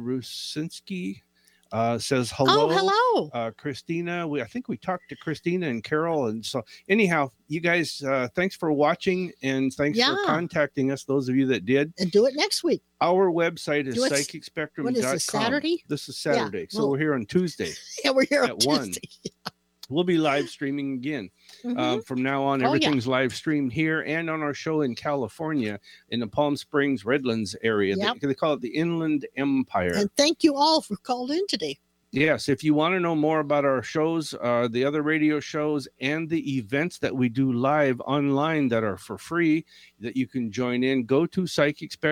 [SPEAKER 1] Rusinski uh, says hello.
[SPEAKER 2] Oh, hello.
[SPEAKER 1] Uh, Christina, we I think we talked to Christina and Carol, and so anyhow, you guys, uh, thanks for watching and thanks
[SPEAKER 2] Yeah.
[SPEAKER 1] for contacting us. Those of you that did,
[SPEAKER 2] And do it next week.
[SPEAKER 1] our website is
[SPEAKER 2] Do it s-
[SPEAKER 1] psychicspectrum.com.
[SPEAKER 2] what is this, Saturday?
[SPEAKER 1] This is
[SPEAKER 2] Yeah,
[SPEAKER 1] Saturday, so
[SPEAKER 2] well-
[SPEAKER 1] we're here on Tuesday
[SPEAKER 2] Yeah, we're here on
[SPEAKER 1] at one.
[SPEAKER 2] Tuesday.
[SPEAKER 1] We'll be live streaming again. Uh,
[SPEAKER 2] Mhm.
[SPEAKER 1] from now on,
[SPEAKER 2] Oh, yeah.
[SPEAKER 1] everything's live streamed here and on our show in California in the Palm Springs Redlands area. They-
[SPEAKER 2] Yep.
[SPEAKER 1] They, call it the Inland Empire.
[SPEAKER 2] And thank you all for calling in today.
[SPEAKER 1] Yes, if you want to know more about our shows, uh, the other radio shows, and the events that we do live online that are for free that you can join in, go to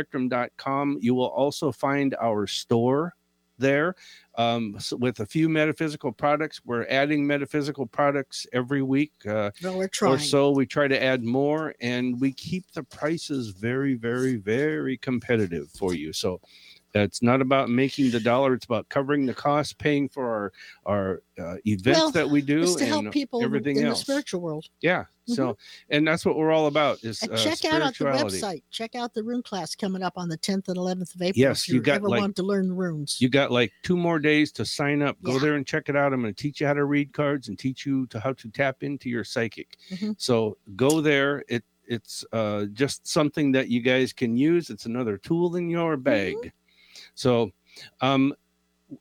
[SPEAKER 1] psychicspectrum.com. You will also find our store there um, s- with a few metaphysical products. We're adding metaphysical products every week. Uh,
[SPEAKER 2] Well, we're trying.
[SPEAKER 1] Or so we try to add more, and we keep the prices very, very, very competitive for you. So it's not about making the dollar; it's about covering the cost, paying for our our uh, events
[SPEAKER 2] Well,
[SPEAKER 1] that we do,
[SPEAKER 2] It's to help
[SPEAKER 1] and
[SPEAKER 2] people
[SPEAKER 1] everything
[SPEAKER 2] in
[SPEAKER 1] else.
[SPEAKER 2] the spiritual world.
[SPEAKER 1] yeah. So, and that's what we're all about. Is
[SPEAKER 2] And
[SPEAKER 1] uh,
[SPEAKER 2] check out at the
[SPEAKER 1] spirituality.
[SPEAKER 2] website. Check out the rune class coming up on the 10th and 11th of April.
[SPEAKER 1] Yes,
[SPEAKER 2] if
[SPEAKER 1] you
[SPEAKER 2] you
[SPEAKER 1] got,
[SPEAKER 2] ever
[SPEAKER 1] like-
[SPEAKER 2] want to learn runes.
[SPEAKER 1] You got like two more days to sign up. Go
[SPEAKER 2] Yeah.
[SPEAKER 1] there and check it out. I'm going to teach you how to read cards and teach you to how to tap into your psychic.
[SPEAKER 2] Mhm.
[SPEAKER 1] So go there. It it's uh, just something that you guys can use. It's another tool in your bag. So um,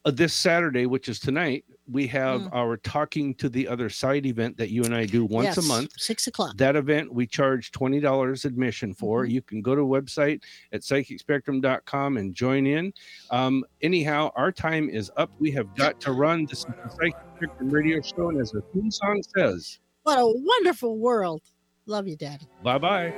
[SPEAKER 1] this Saturday, uh, which is tonight, we have our Talking to the Other Side event that you and I do once a
[SPEAKER 2] Yes,
[SPEAKER 1] month.
[SPEAKER 2] Six o'clock.
[SPEAKER 1] That event we charge twenty dollars admission for. You can go to website at psychicspectrum.com and join in. Um, anyhow, our time is up. We have got to run. This is the Psychic Spectrum Radio Show, and as the theme song says,
[SPEAKER 2] What a wonderful world. Love you, Daddy.
[SPEAKER 1] bye bye.